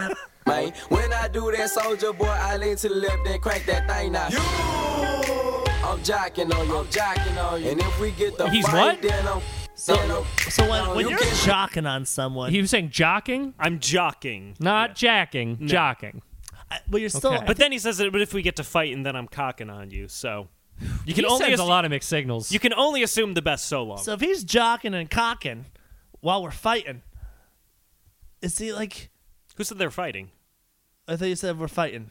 Speaker 7: Man, when I do that soldier boy, I lean to the left and crank that thing now. You! I'm jocking on you, I'm jocking on you. And if we get the
Speaker 2: He's
Speaker 7: fight,
Speaker 2: what?
Speaker 7: then I'm.
Speaker 4: So
Speaker 7: then I'm-
Speaker 4: so when, when
Speaker 7: you
Speaker 4: you're
Speaker 7: can-
Speaker 4: jocking on someone,
Speaker 2: he was saying jocking,
Speaker 3: I'm jocking.
Speaker 2: not jacking, jocking.
Speaker 4: I- but you're still.
Speaker 2: Okay.
Speaker 3: But then he says that, but if we get to fight and then I'm cocking on you, so. You
Speaker 2: He
Speaker 3: can only
Speaker 2: sends a
Speaker 3: ass-
Speaker 2: lot of mixed signals.
Speaker 3: You can only assume the best so long.
Speaker 4: So if he's jocking and cocking while we're fighting, is he like?
Speaker 3: Who said they're fighting?
Speaker 4: I thought you said we're fighting.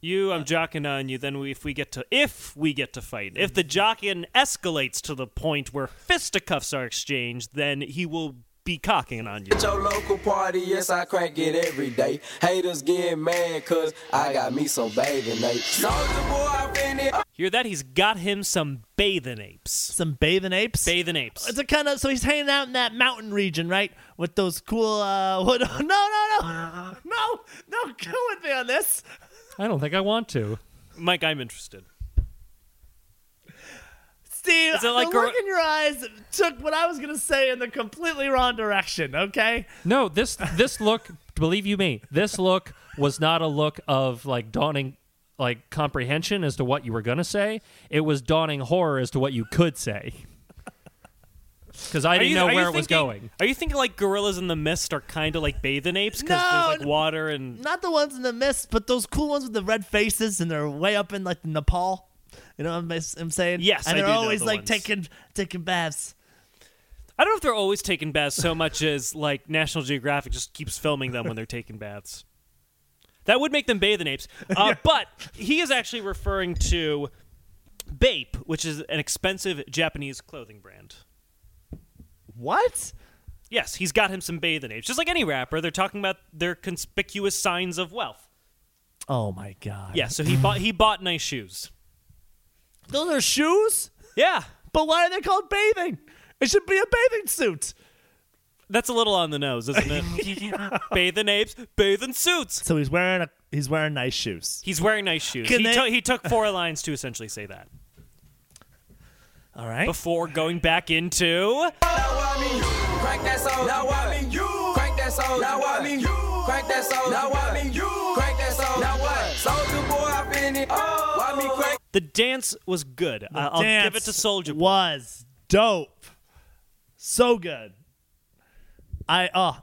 Speaker 3: You, I'm jocking on you. Then we, if we get to if we get to fight, if the jocking escalates to the point where fisticuffs are exchanged, then he will be cocking on you.
Speaker 7: At your local party, yes, I crank it every day. Haters get mad, cause I got me some bathing ape. Soldier boy, I'm finna.
Speaker 3: Hear that? He's got him some bathing apes.
Speaker 4: Some bathing apes.
Speaker 3: Bathing apes.
Speaker 4: It's a kind of so he's hanging out in that mountain region, right? With those cool. Uh, what, no, no, no, no, no. Go with me on this.
Speaker 2: I don't think I want to.
Speaker 3: Mike, I'm interested.
Speaker 4: Steve,
Speaker 3: Is it like
Speaker 4: the
Speaker 3: a-
Speaker 4: look in your eyes took what I was gonna say in the completely wrong direction. Okay,
Speaker 2: No, this this look, believe you me, this look was not a look of like dawning like comprehension as to what you were going to say. It was dawning horror as to what you could say. Cuz I didn't know
Speaker 3: are
Speaker 2: where it was
Speaker 3: thinking-
Speaker 2: going.
Speaker 3: Are you thinking like gorillas in the mist are kind of like bathing apes because
Speaker 4: No,
Speaker 3: there's like water and
Speaker 4: not the ones in the mist, but those cool ones with the red faces and they're way up in like Nepal. You know what I'm, I'm saying?
Speaker 3: Yes,
Speaker 4: and
Speaker 3: I
Speaker 4: they're
Speaker 3: do know
Speaker 4: always
Speaker 3: the
Speaker 4: like
Speaker 3: ones.
Speaker 4: taking taking baths.
Speaker 3: I don't know if they're always taking baths so much as like National Geographic just keeps filming them when they're taking baths. That would make them bathing apes. Uh, But he is actually referring to Bape, which is an expensive Japanese clothing brand.
Speaker 4: What?
Speaker 3: Yes, he's got him some bathing apes. Just like any rapper, they're talking about their conspicuous signs of wealth.
Speaker 4: Oh my god.
Speaker 3: Yeah, so he bought he bought nice shoes.
Speaker 4: Those are shoes?
Speaker 3: Yeah,
Speaker 4: But why are they called bathing? It should be a bathing suit.
Speaker 3: that's a little on the nose, isn't it? bathing apes, bathing suits.
Speaker 4: So he's wearing a he's wearing nice shoes.
Speaker 3: He's wearing nice shoes.
Speaker 4: Can
Speaker 3: He,
Speaker 4: they-
Speaker 3: took he took four lines to essentially say that.
Speaker 4: All right.
Speaker 3: before going back into
Speaker 7: Now I mean you. Crank that soldier Now I mean you. Crank that soldier Now I mean you. Crank that soldier Now I mean you. Crank that soldier Now what? Soldier boy, I finna. Oh, why me crank?
Speaker 3: the dance was good. I- I'll
Speaker 4: Dance
Speaker 3: give it to Soldier Boy.
Speaker 4: Was dope. So good. I oh,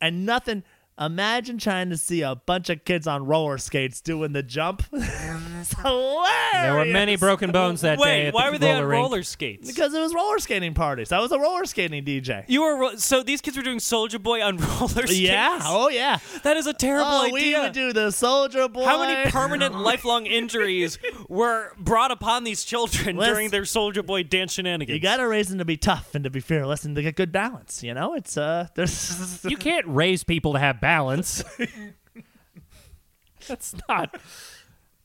Speaker 4: and nothing. Imagine trying to see a bunch of kids on roller skates doing the jump. it's hilarious.
Speaker 2: There were many broken bones that day.
Speaker 3: Wait,
Speaker 2: at
Speaker 3: why
Speaker 2: the
Speaker 3: were they on
Speaker 2: rink.
Speaker 3: roller skates?
Speaker 4: because it was roller skating parties. I was a roller skating DJ.
Speaker 3: you were ro- so these kids were doing Soldier Boy on roller skates.
Speaker 4: Yeah. Oh yeah.
Speaker 3: that is a terrible
Speaker 4: Oh, we
Speaker 3: idea.
Speaker 4: would do the soldier boy.
Speaker 3: How many permanent, lifelong injuries were brought upon these children
Speaker 4: Listen-
Speaker 3: during their Soldier Boy dance shenanigans?
Speaker 4: You got to raise them to be tough and to be fearless and to get good balance. You know, it's uh, there's
Speaker 2: You can't raise people to have balance. that's not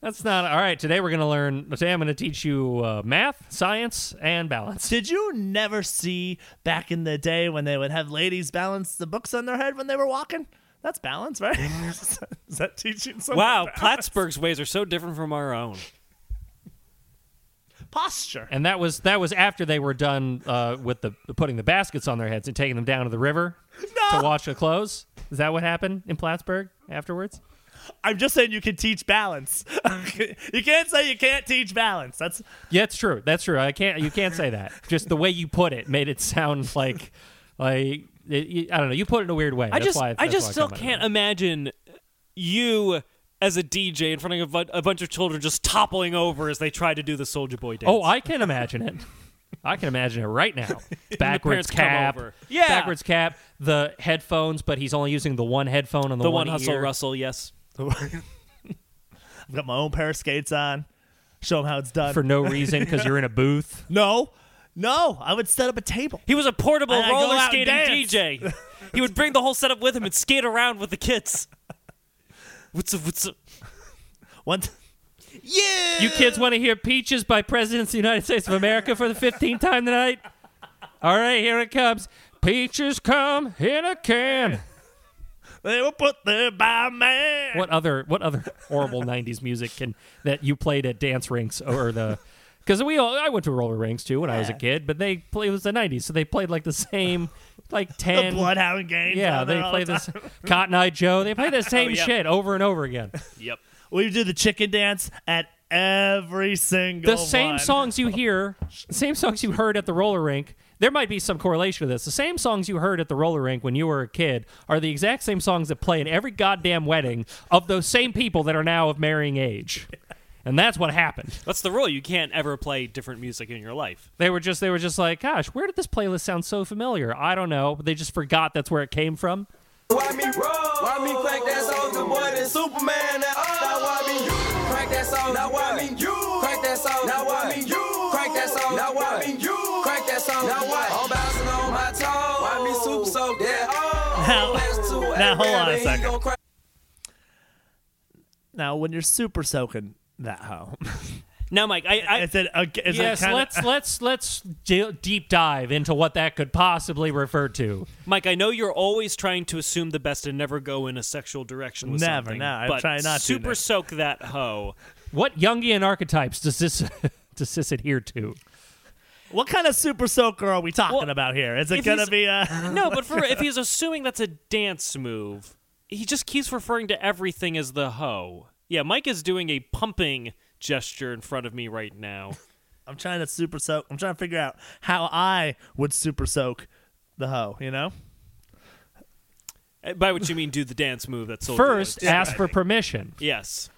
Speaker 2: That's not all right. Today we're going to learn today I'm going to teach you uh, math, science, and balance.
Speaker 4: Did you never see back in the day when they would have ladies balance the books on their head when they were walking? That's balance, right? Is that teaching someone?
Speaker 3: wow,
Speaker 4: balance?
Speaker 3: Plattsburgh's ways are so different from our own.
Speaker 4: posture.
Speaker 2: And that was that was after they were done uh, with the putting the baskets on their heads and taking them down to the river to wash the clothes. Is that what happened in Plattsburgh afterwards?
Speaker 4: I'm just saying you can teach balance. you can't say you can't teach balance. That's
Speaker 2: Yeah, it's true. That's true. I can't. You can't say that. Just the way you put it made it sound like, like it, you, I don't know. You put it in a weird way.
Speaker 3: I
Speaker 2: That's
Speaker 3: just,
Speaker 2: why-
Speaker 3: I
Speaker 2: that's
Speaker 3: just
Speaker 2: why
Speaker 3: still
Speaker 2: commented
Speaker 3: can't
Speaker 2: on it.
Speaker 3: imagine you as a DJ in front of a, bu- a bunch of children just toppling over as they try to do the Soldier Boy dance.
Speaker 2: Oh, I can imagine it. I can imagine it right now. Backwards
Speaker 3: parents come
Speaker 2: cap.
Speaker 3: over. Yeah.
Speaker 2: Backwards cap. The headphones, but he's only using the one headphone on the,
Speaker 3: the one, hustle
Speaker 2: ear.
Speaker 3: Russell. Yes,
Speaker 4: I've got my own pair of skates on. Show them how it's done.
Speaker 2: for no reason because you're in a booth.
Speaker 4: no, No, I would set up a table.
Speaker 3: He was a portable
Speaker 4: And I'd go
Speaker 3: roller
Speaker 4: out and
Speaker 3: skating
Speaker 4: dance.
Speaker 3: DJ. he would bring the whole setup with him and skate around with the kids. What's up? What's up?
Speaker 4: One t-
Speaker 2: You kids want to hear Peaches by Presidents of the United States of America for the 15th time tonight? All right, here it comes. Peaches come in a can.
Speaker 4: they were put there by man.
Speaker 2: What other what other horrible 90s music can that you played at dance rinks or the cuz we all I went to roller rinks too when I was a kid, but they play, it was the 90s, so they played like the same like 10
Speaker 4: The Bloodhound Gang.
Speaker 2: Yeah, they play this Cotton Eye Joe. They play the same
Speaker 3: yeah.
Speaker 2: shit over and over again.
Speaker 3: Yep.
Speaker 4: We do the chicken dance at every single
Speaker 2: the same
Speaker 4: one.
Speaker 2: songs you hear, same songs you heard at the roller rink. There might be some correlation to this. The same songs you heard at the roller rink when you were a kid are the exact same songs that play in every goddamn wedding of those same people that are now of marrying age. And that's what happened.
Speaker 3: That's the rule. You can't ever play different music in your life.
Speaker 2: They were just they were just like, gosh, where did this playlist sound so familiar? I don't know. They just forgot that's where it came from.
Speaker 7: Why me roll? Why me crank that soldier boy? Then Superman that. Now why me you? Crank that soldier. Now why me you? Crank that soldier. Now why me you? Crank that soldier. Now why me you? Crank that soldier. Now why? I'm bouncing on my toes. Why me super so dead? Oh,
Speaker 4: Now-
Speaker 7: that's too
Speaker 4: now hold on a
Speaker 7: everywhere, he
Speaker 4: second.
Speaker 7: gon' crank-
Speaker 4: Now, when you're super soaking that home,
Speaker 3: Now, Mike, I, I
Speaker 4: is it, a, is
Speaker 2: yes,
Speaker 4: it kinda,
Speaker 2: let's let's let's de- deep dive into what that could possibly refer to.
Speaker 3: Mike, I know you're always trying to assume the best and never go in a sexual direction with
Speaker 4: Never,
Speaker 3: something.
Speaker 4: no, I
Speaker 3: but
Speaker 4: try not to,
Speaker 3: Super
Speaker 4: Nick.
Speaker 3: soak that hoe.
Speaker 2: What Jungian archetypes does this does this adhere to?
Speaker 4: What kind of super soaker are we talking
Speaker 3: Well,
Speaker 4: about here? Is it
Speaker 3: if
Speaker 4: gonna
Speaker 3: he's-
Speaker 4: be a?
Speaker 3: No, but for if he's assuming that's a dance move, he just keeps referring to everything as the hoe. Yeah, Mike is doing a pumping gesture in front of me right now.
Speaker 4: I'm trying to super soak. I'm trying to figure out how I would super soak the hoe. You know,
Speaker 3: Uh, By which you mean do the dance move that's Soulja Boy
Speaker 2: First,
Speaker 3: was
Speaker 2: ask for
Speaker 3: describing.
Speaker 2: permission.
Speaker 3: Yes.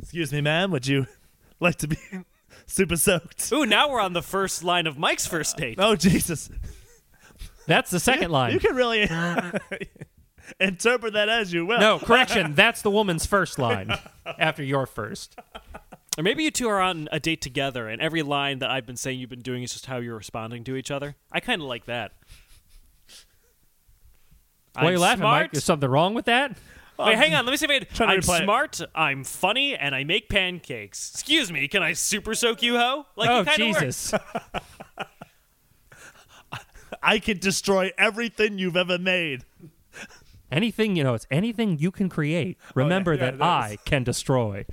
Speaker 4: excuse me, ma'am. Would you like to be super soaked?
Speaker 3: Ooh, now we're on the first line of Mike's first date.
Speaker 4: Oh Jesus!
Speaker 2: That's the second line.
Speaker 4: You can really interpret that as you will.
Speaker 2: No, correction. That's the woman's first line after your first.
Speaker 3: Or maybe you two are on a date together, and every line that I've been saying you've been doing is just how you're responding to each other. I kind of like that.
Speaker 2: Why are you
Speaker 3: I'm
Speaker 2: laughing,
Speaker 3: smart.
Speaker 2: Mike? Is something wrong with that?
Speaker 3: Wait,
Speaker 2: Um,
Speaker 3: hang on. Let me see if I can.
Speaker 4: Trying to
Speaker 3: I'm
Speaker 4: replay it.
Speaker 3: smart, I'm funny, and I make pancakes. Excuse me, can I super soak you, hoe? Like,
Speaker 2: Oh
Speaker 3: it kinda works.
Speaker 2: Jesus!
Speaker 4: I could destroy everything you've ever made.
Speaker 2: Anything you know, it's anything you can create. Remember
Speaker 4: yeah,
Speaker 2: that
Speaker 4: that
Speaker 2: I
Speaker 4: is-
Speaker 2: can destroy.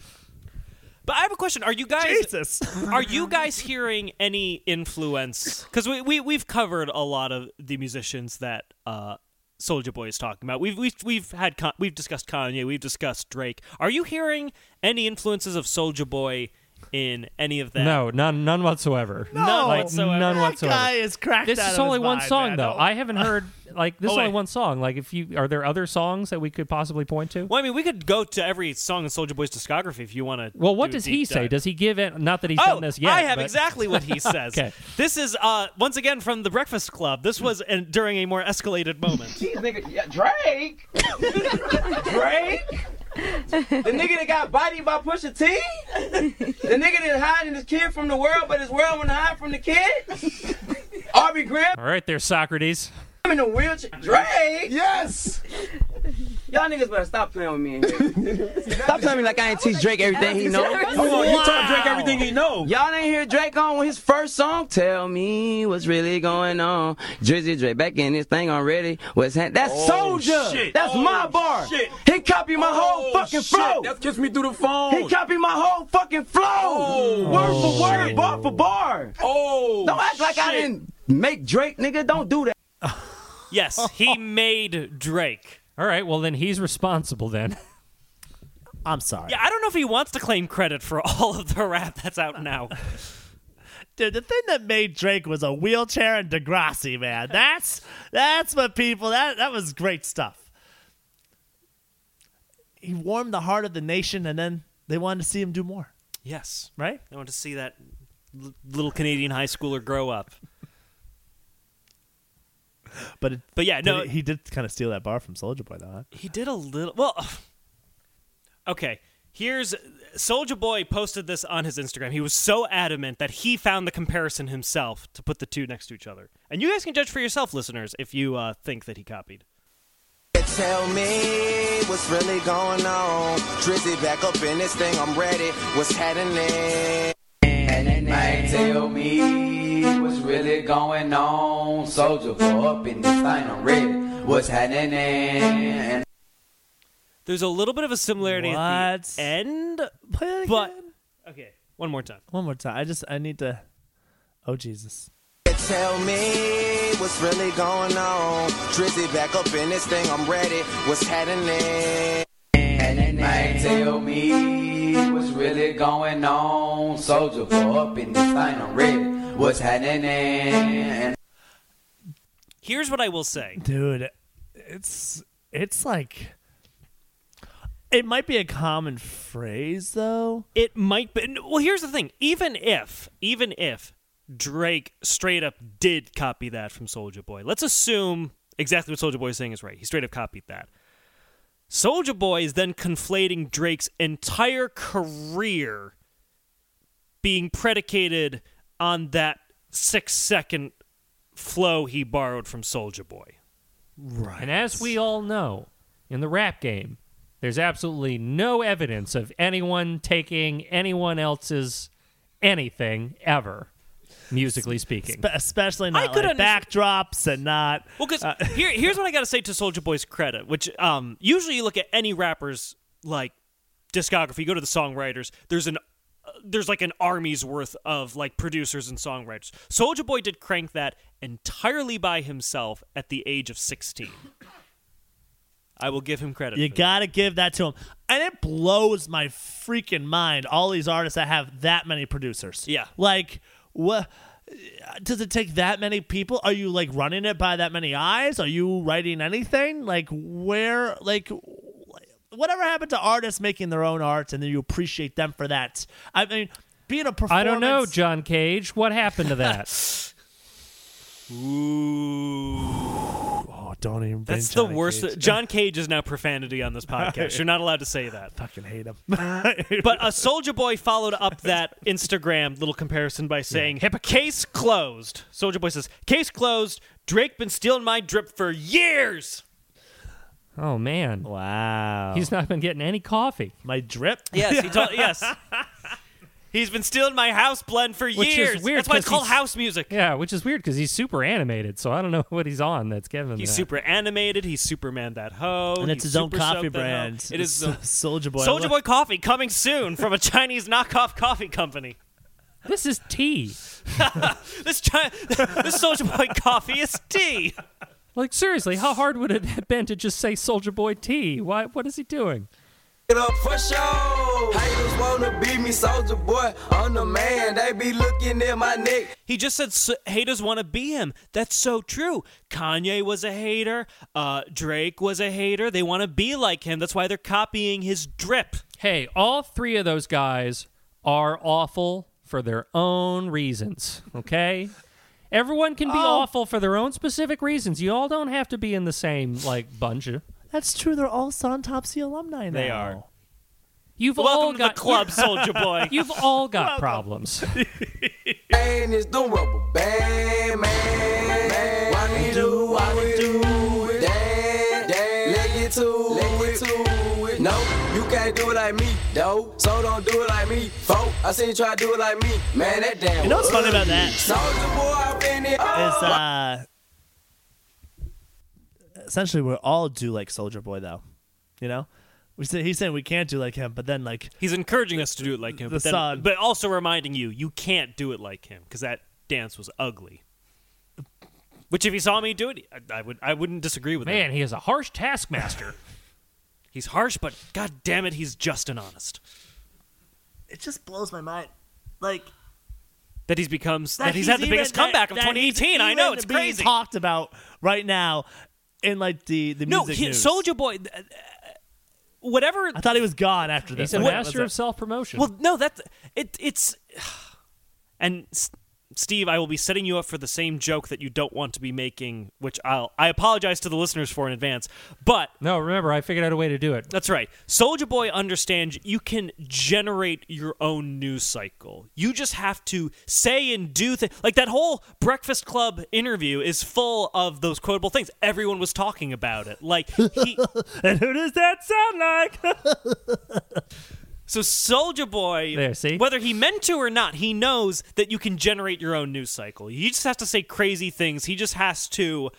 Speaker 3: But I have a question. Are you guys
Speaker 4: Jesus.
Speaker 3: are you guys hearing any influence? Because we, we we've covered a lot of the musicians that uh, Soldier Boy is talking about. We've we've we've had Con- we've discussed Kanye, we've discussed Drake. Are you hearing any influences of Soldier Boy in any of that?
Speaker 2: No, none, none whatsoever.
Speaker 4: No.
Speaker 2: like
Speaker 3: whatsoever.
Speaker 2: none
Speaker 4: that
Speaker 2: whatsoever.
Speaker 4: guy is cracked.
Speaker 2: this
Speaker 4: out
Speaker 2: is
Speaker 4: of his
Speaker 2: only one
Speaker 4: mind,
Speaker 2: song
Speaker 4: man.
Speaker 2: though.
Speaker 4: Oh.
Speaker 2: I haven't heard like this
Speaker 4: Oh,
Speaker 2: is only
Speaker 4: wait.
Speaker 2: one song. Like if you are there other songs that we could possibly point to?
Speaker 3: Well, I mean, we could go to every song in Soldier Boy's discography if you want to.
Speaker 2: Well, what does he say? Does he give it? Not that he's
Speaker 3: oh,
Speaker 2: done this yet.
Speaker 3: I have
Speaker 2: but-
Speaker 3: exactly what he says.
Speaker 2: Okay.
Speaker 3: This is uh, once again from the Breakfast Club. This was uh, during a more escalated moment.
Speaker 8: These niggas, yeah, Drake,
Speaker 7: Drake? The nigga that got bodied by Pusha T? The nigga that hiding his kid from the world, but his world wouldn't hide from the kid? Arby Graham
Speaker 2: All right, there, Socrates.
Speaker 7: in a wheelchair. Drake?
Speaker 10: Yes.
Speaker 7: Y'all niggas better stop playing with me. in here. stop telling me like I ain't teach Drake everything he knows.
Speaker 9: You taught Drake everything he knows.
Speaker 7: Y'all ain't hear Drake on with his first song. Tell me what's really going on. Drizzy Drake back in this thing already. What's hand- That's Soldier.
Speaker 9: Oh, shit.
Speaker 7: That's
Speaker 9: Oh,
Speaker 7: my bar.
Speaker 9: shit.
Speaker 7: He copied my whole
Speaker 9: Oh,
Speaker 7: fucking
Speaker 9: shit.
Speaker 7: flow.
Speaker 9: That's kiss me through the phone.
Speaker 7: He copied my whole fucking flow. word for word, bar for bar.
Speaker 9: oh,
Speaker 7: Don't act like I
Speaker 9: shit.
Speaker 7: didn't make Drake, nigga. Don't do that.
Speaker 3: Yes, he made Drake.
Speaker 2: All right, well then he's responsible then.
Speaker 4: I'm sorry.
Speaker 3: Yeah, I don't know if he wants to claim credit for all of the rap that's out now.
Speaker 4: Dude, the thing that made Drake was a wheelchair and Degrassi, man. That's that's what people that that was great stuff. He warmed the heart of the nation, and then they wanted to see him do more,
Speaker 3: Yes,
Speaker 4: right?
Speaker 3: I want to see that l- little Canadian high schooler grow up.
Speaker 4: But it,
Speaker 3: But yeah, no,
Speaker 4: did- he did kind of steal that bar from Soldier Boy, though. Huh?
Speaker 3: he did a little. Well, okay, Here's Soldier Boy posted this on his Instagram. He was so adamant that he found the comparison himself to put the two next to each other. And you guys can judge for yourself, listeners, if you uh, think that he copied.
Speaker 11: Tell me what's really going on. Drizzy back up in this thing, I'm ready. What's happening?
Speaker 12: Man, tell me what's really going on. Soldier go up in this thing, I'm ready. What's happening?
Speaker 3: There's a little bit of a similarity at the end, but okay, one more time.
Speaker 4: One more time. I just I need to. Oh Jesus.
Speaker 11: Tell me what's really going on. Drizzy back up in this thing, I'm ready. What's happening?
Speaker 12: Man, tell me what's really going on. Soldier go up in this thing, I'm ready. What's happening?
Speaker 3: Here's what I will say.
Speaker 4: dude it's it's like it might be a common phrase though
Speaker 3: It might be. Well, here's the thing. Even if, even if Drake straight up did copy that from Soldier Boy, let's assume exactly what Soldier Boy is saying is right. He straight up copied that. Soldier Boy is then conflating Drake's entire career being predicated on that six second flow he borrowed from Soldier Boy.
Speaker 2: Right. And as we all know, in the rap game, there's absolutely no evidence of anyone taking anyone else's anything ever, musically speaking.
Speaker 4: But especially not
Speaker 3: could
Speaker 4: like backdrops and not
Speaker 3: Well, because here, here's what I got to say to Soldier Boy's credit, which um, usually you look at any rapper's like discography, you go to the songwriters. There's an uh, there's like an army's worth of like producers and songwriters. Soldier Boy did crank that entirely by himself at the age of 16. I will give him credit.
Speaker 4: you
Speaker 3: for
Speaker 4: gotta give that to him and it blows my freaking mind all these artists that have that many producers
Speaker 3: Yeah.
Speaker 4: like what does it take that many people are you like running it by that many eyes are you writing anything like where like whatever happened to artists making their own art and then you appreciate them for that i mean being a performance
Speaker 2: I don't know, John Cage. What happened to that?
Speaker 4: oh don't even
Speaker 3: that. That's
Speaker 4: bring
Speaker 3: the
Speaker 4: Johnny
Speaker 3: worst.
Speaker 4: Cage.
Speaker 3: John Cage is now profanity on this podcast. You're not allowed to say that. Uh,
Speaker 4: fucking hate him
Speaker 3: But a Soldier Boy followed up that Instagram little comparison by saying, "Hip case closed." Soldier Boy says, "Case closed. Drake been stealing my drip for years."
Speaker 2: Oh, man.
Speaker 4: wow
Speaker 2: He's not been getting any coffee,
Speaker 4: my drip
Speaker 3: Yes, he told yes. He's been stealing my house blend for
Speaker 2: Which is
Speaker 3: years.
Speaker 2: weird
Speaker 3: That's why it's
Speaker 2: 'cause
Speaker 3: called
Speaker 2: he's-
Speaker 3: house music.
Speaker 2: yeah, which is weird because he's super animated. So I don't know what he's on that's giving.
Speaker 3: He's
Speaker 2: that.
Speaker 3: super animated. He's Superman that hoe.
Speaker 4: and it's
Speaker 3: he's
Speaker 4: his own
Speaker 3: Super
Speaker 4: coffee
Speaker 3: Soap That Hoe.
Speaker 4: brand.
Speaker 3: It is the
Speaker 4: Soldier Boy.
Speaker 3: Soldier Boy coffee coming soon from a Chinese knockoff coffee company.
Speaker 2: This is tea.
Speaker 3: This Chi- this Soldier Boy coffee is tea.
Speaker 2: Like seriously, how hard would it have been to just say Soldier Boy T? Why? What is he doing?
Speaker 11: Get up for show. Haters wanna be me, soldier boy. I'm the man. They be looking at my neck.
Speaker 3: He just said s- haters want to be him. That's so true. Kanye was a hater. Uh, Drake was a hater. They want to be like him. That's why they're copying his drip.
Speaker 2: Hey, all three of those guys are awful for their own reasons. Okay, everyone can be
Speaker 4: Oh.
Speaker 2: awful for their own specific reasons. You all don't have to be in the same like bunch. of-
Speaker 4: That's true. They're all Sontopsy alumni now.
Speaker 3: They are.
Speaker 2: You've all
Speaker 3: Welcome to the
Speaker 2: got
Speaker 3: club, Soldier Boy.
Speaker 2: You've all got problems.
Speaker 11: Man, it's the rubber band, man. man. Why we do, why we do it? Dad, dad, let get to let get to it. No, you can't do it like me, though. So don't do it like me, folk. I seen you try to do it like me, man. That damn. Oh,
Speaker 4: You know what's funny about that is
Speaker 11: Soldier boy, I've been it.
Speaker 4: uh, essentially we're all do like Soldier Boy though, you know. We say, he's saying we can't do like him, but then like
Speaker 3: He's encouraging us to do it like him,
Speaker 4: the
Speaker 3: but, then-
Speaker 4: son.
Speaker 3: but also reminding you you can't do it like him because that dance was ugly. Which, if he saw me do it, I, I would I wouldn't disagree with him.
Speaker 2: Man, he is a harsh taskmaster.
Speaker 3: He's harsh, but god damn it, he's just and honest.
Speaker 4: it just blows my mind. Like
Speaker 3: That he's becomes that, he's, had the biggest comeback of 2018. I know it's crazy.
Speaker 4: talked about right now in like the the
Speaker 3: No,
Speaker 4: music
Speaker 3: he-
Speaker 4: news.
Speaker 3: Soldier Boy, uh, uh, whatever.
Speaker 4: I thought he was gone after this.
Speaker 2: He's a
Speaker 4: Like,
Speaker 2: master of
Speaker 4: what's
Speaker 2: self promotion.
Speaker 3: Well, no, that it it's and s- Steve, I will be setting you up for the same joke that you don't want to be making, which I'll I apologize to the listeners for in advance. But
Speaker 2: no, remember, I figured out a way to do it.
Speaker 3: That's right. Soldier Boy understands you can generate your own news cycle. You just have to say and do things. Like that whole Breakfast Club interview is full of those quotable things. Everyone was talking about it. Like he
Speaker 4: and who does that sound like?
Speaker 3: So Soldier Boy,
Speaker 2: There, see?
Speaker 3: whether he meant to or not, he knows that you can generate your own news cycle. He just has to say crazy things. He just has to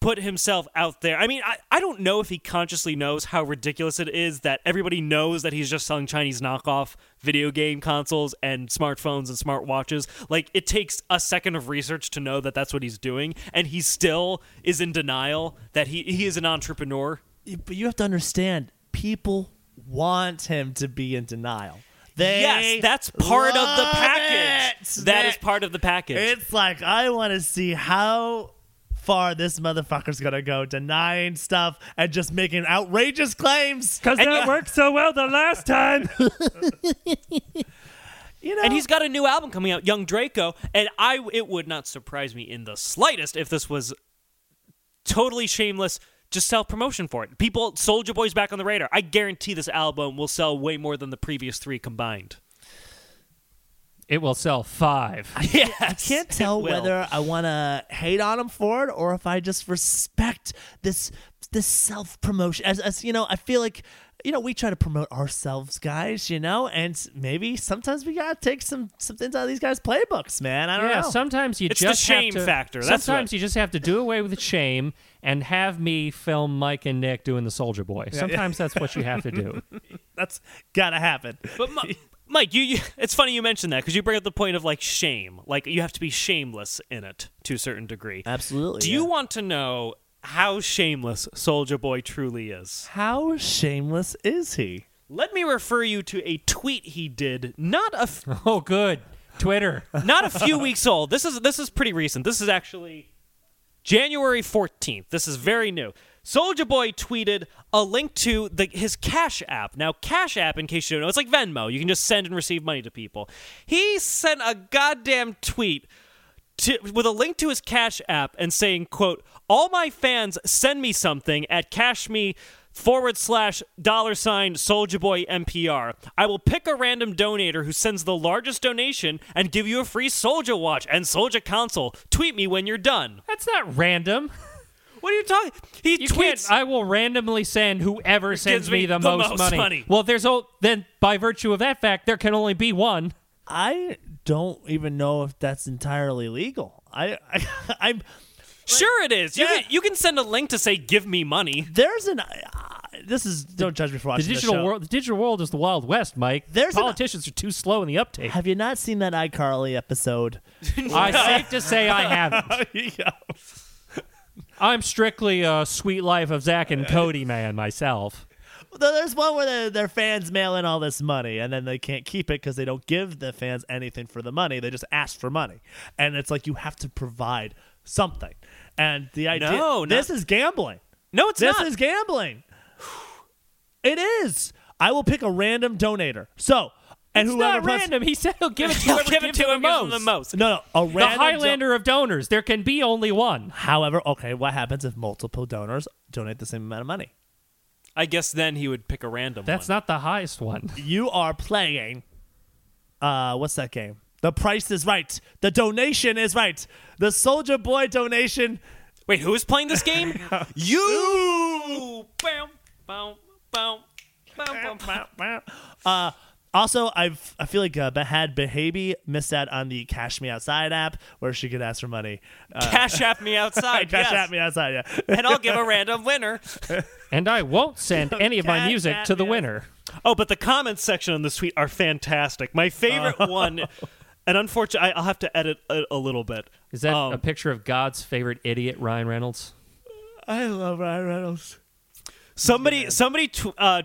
Speaker 3: put himself out there. I mean, I, I don't know if he consciously knows how ridiculous it is that everybody knows that he's just selling Chinese knockoff video game consoles and smartphones and smartwatches. Like it takes a second of research to know that that's what he's doing and he still is in denial that he he is an entrepreneur.
Speaker 4: but you have to understand, people want him to be in denial. They
Speaker 3: yes, that's part of the
Speaker 4: love
Speaker 3: package.
Speaker 4: it.
Speaker 3: that is part of the package.
Speaker 4: It's like I want to see how far this motherfucker's gonna go denying stuff and just making outrageous claims because
Speaker 3: And that yeah.
Speaker 4: worked so well the last time.
Speaker 3: and he's got a new album coming out, Young Draco, and I it would not surprise me in the slightest if this was totally shameless just self promotion for it. People Soldier Boy's back on the radar. I guarantee this album will sell way more than the previous 3 combined.
Speaker 2: It will sell five.
Speaker 3: Yes.
Speaker 4: I can't tell
Speaker 3: will.
Speaker 4: whether I want to hate on him for it or if I just respect this this self promotion. As, as you know, I feel like you know we try to promote ourselves, guys. You know, and maybe sometimes we gotta take some some things out of these guys' playbooks, man. I don't
Speaker 2: yeah,
Speaker 4: know.
Speaker 2: sometimes you
Speaker 3: It's the
Speaker 2: just
Speaker 3: shame
Speaker 2: have to,
Speaker 3: factor, that's
Speaker 2: sometimes
Speaker 3: what-
Speaker 2: you just have to do away with the shame and have me film Mike and Nick doing the Soldier Boy. Sometimes that's what you have to do.
Speaker 4: That's gotta happen.
Speaker 3: But Mi- Mike, you, you it's funny you mentioned that cuz you bring up the point of like shame. Like you have to be shameless in it to a certain degree.
Speaker 4: Absolutely.
Speaker 3: Do you want to know how shameless Soldier Boy truly is?
Speaker 4: How shameless is he?
Speaker 3: Let me refer you to a tweet he did not a f-
Speaker 2: Oh, good. Twitter.
Speaker 3: not a few weeks old. This is this is pretty recent. This is actually January 14th. This is very new. Soldier Boy tweeted a link to the, his Cash App. Now, Cash App, in case you don't know, it's like Venmo. You can just send and receive money to people. He sent a goddamn tweet to, with a link to his Cash App and saying, "quote All my fans send me something at Cash Me." Forward slash dollar sign Soldier Boy NPR. I will pick a random donator who sends the largest donation and give you a free Soldier watch and Soldier console. Tweet me when you're done.
Speaker 2: That's not random.
Speaker 3: What are you uh, talking? He
Speaker 2: You
Speaker 3: tweets.
Speaker 2: can't. I will randomly send whoever sends
Speaker 3: me
Speaker 2: me the,
Speaker 3: the
Speaker 2: most,
Speaker 3: most
Speaker 2: money.
Speaker 3: money.
Speaker 2: Well, there's o- then by virtue of that fact, there can only be one.
Speaker 4: I don't even know if that's entirely legal. I, I I'm
Speaker 3: sure, it is. You,
Speaker 4: Yeah.
Speaker 3: can, you can send a link to say, "Give me money."
Speaker 4: there's an. Uh, this is don't judge me for
Speaker 2: The
Speaker 4: watching this
Speaker 2: digital
Speaker 4: show.
Speaker 2: world. The digital world is the wild west, Mike.
Speaker 4: There's an-
Speaker 2: Politicians are too slow in the uptake.
Speaker 4: Have you not seen that iCarly episode?
Speaker 2: I safe to say I haven't. I'm strictly a sweet life of Zach and Cody man myself.
Speaker 4: Though There's one where their- their fans mail in all this money and then they can't keep it because they don't give the fans anything for the money. They just ask for money. And it's like you have to provide something. And the idea
Speaker 3: No,
Speaker 4: this
Speaker 3: not-
Speaker 4: is gambling.
Speaker 3: No, it's
Speaker 4: this
Speaker 3: not.
Speaker 4: is gambling. It is. I will pick a random donator. So, and
Speaker 2: It's
Speaker 4: whoever
Speaker 2: not
Speaker 4: puts-
Speaker 2: random. He said he'll give it to
Speaker 3: He'll
Speaker 2: whoever
Speaker 3: give it
Speaker 2: gives
Speaker 3: to
Speaker 2: him
Speaker 3: him gives him the most.
Speaker 4: No, no, a
Speaker 2: The
Speaker 4: random do-
Speaker 2: Highlander of donors. There can be only one.
Speaker 4: However, okay, what happens if multiple donors donate the same amount of money?
Speaker 3: I guess then he would pick a random
Speaker 2: That's
Speaker 3: one.
Speaker 2: not the highest one.
Speaker 4: you are playing uh what's that game the price is right the donation is right the soldier boy donation
Speaker 3: Wait, who is playing this game? you. Bam, bam, bam, bam, bam, bam.
Speaker 4: uh also, I've I feel like uh, had Behabi missed out on the Cash Me Outside app, where she could ask for money. Uh,
Speaker 3: Cash app me outside.
Speaker 4: Cash
Speaker 3: yes.
Speaker 4: App Me Outside, yeah.
Speaker 3: And I'll give a random winner.
Speaker 2: And I won't send any of my
Speaker 4: Cat
Speaker 2: music
Speaker 4: Cat
Speaker 2: to the
Speaker 4: is-
Speaker 2: winner.
Speaker 3: Oh, but the comments section on the tweet are fantastic. My favorite one, and unfortunately, I'll have to edit a, a little bit.
Speaker 2: Is that
Speaker 3: Um,
Speaker 2: a picture of God's favorite idiot, Ryan Reynolds?
Speaker 4: I love Ryan Reynolds.
Speaker 3: Somebody, somebody tw- uh,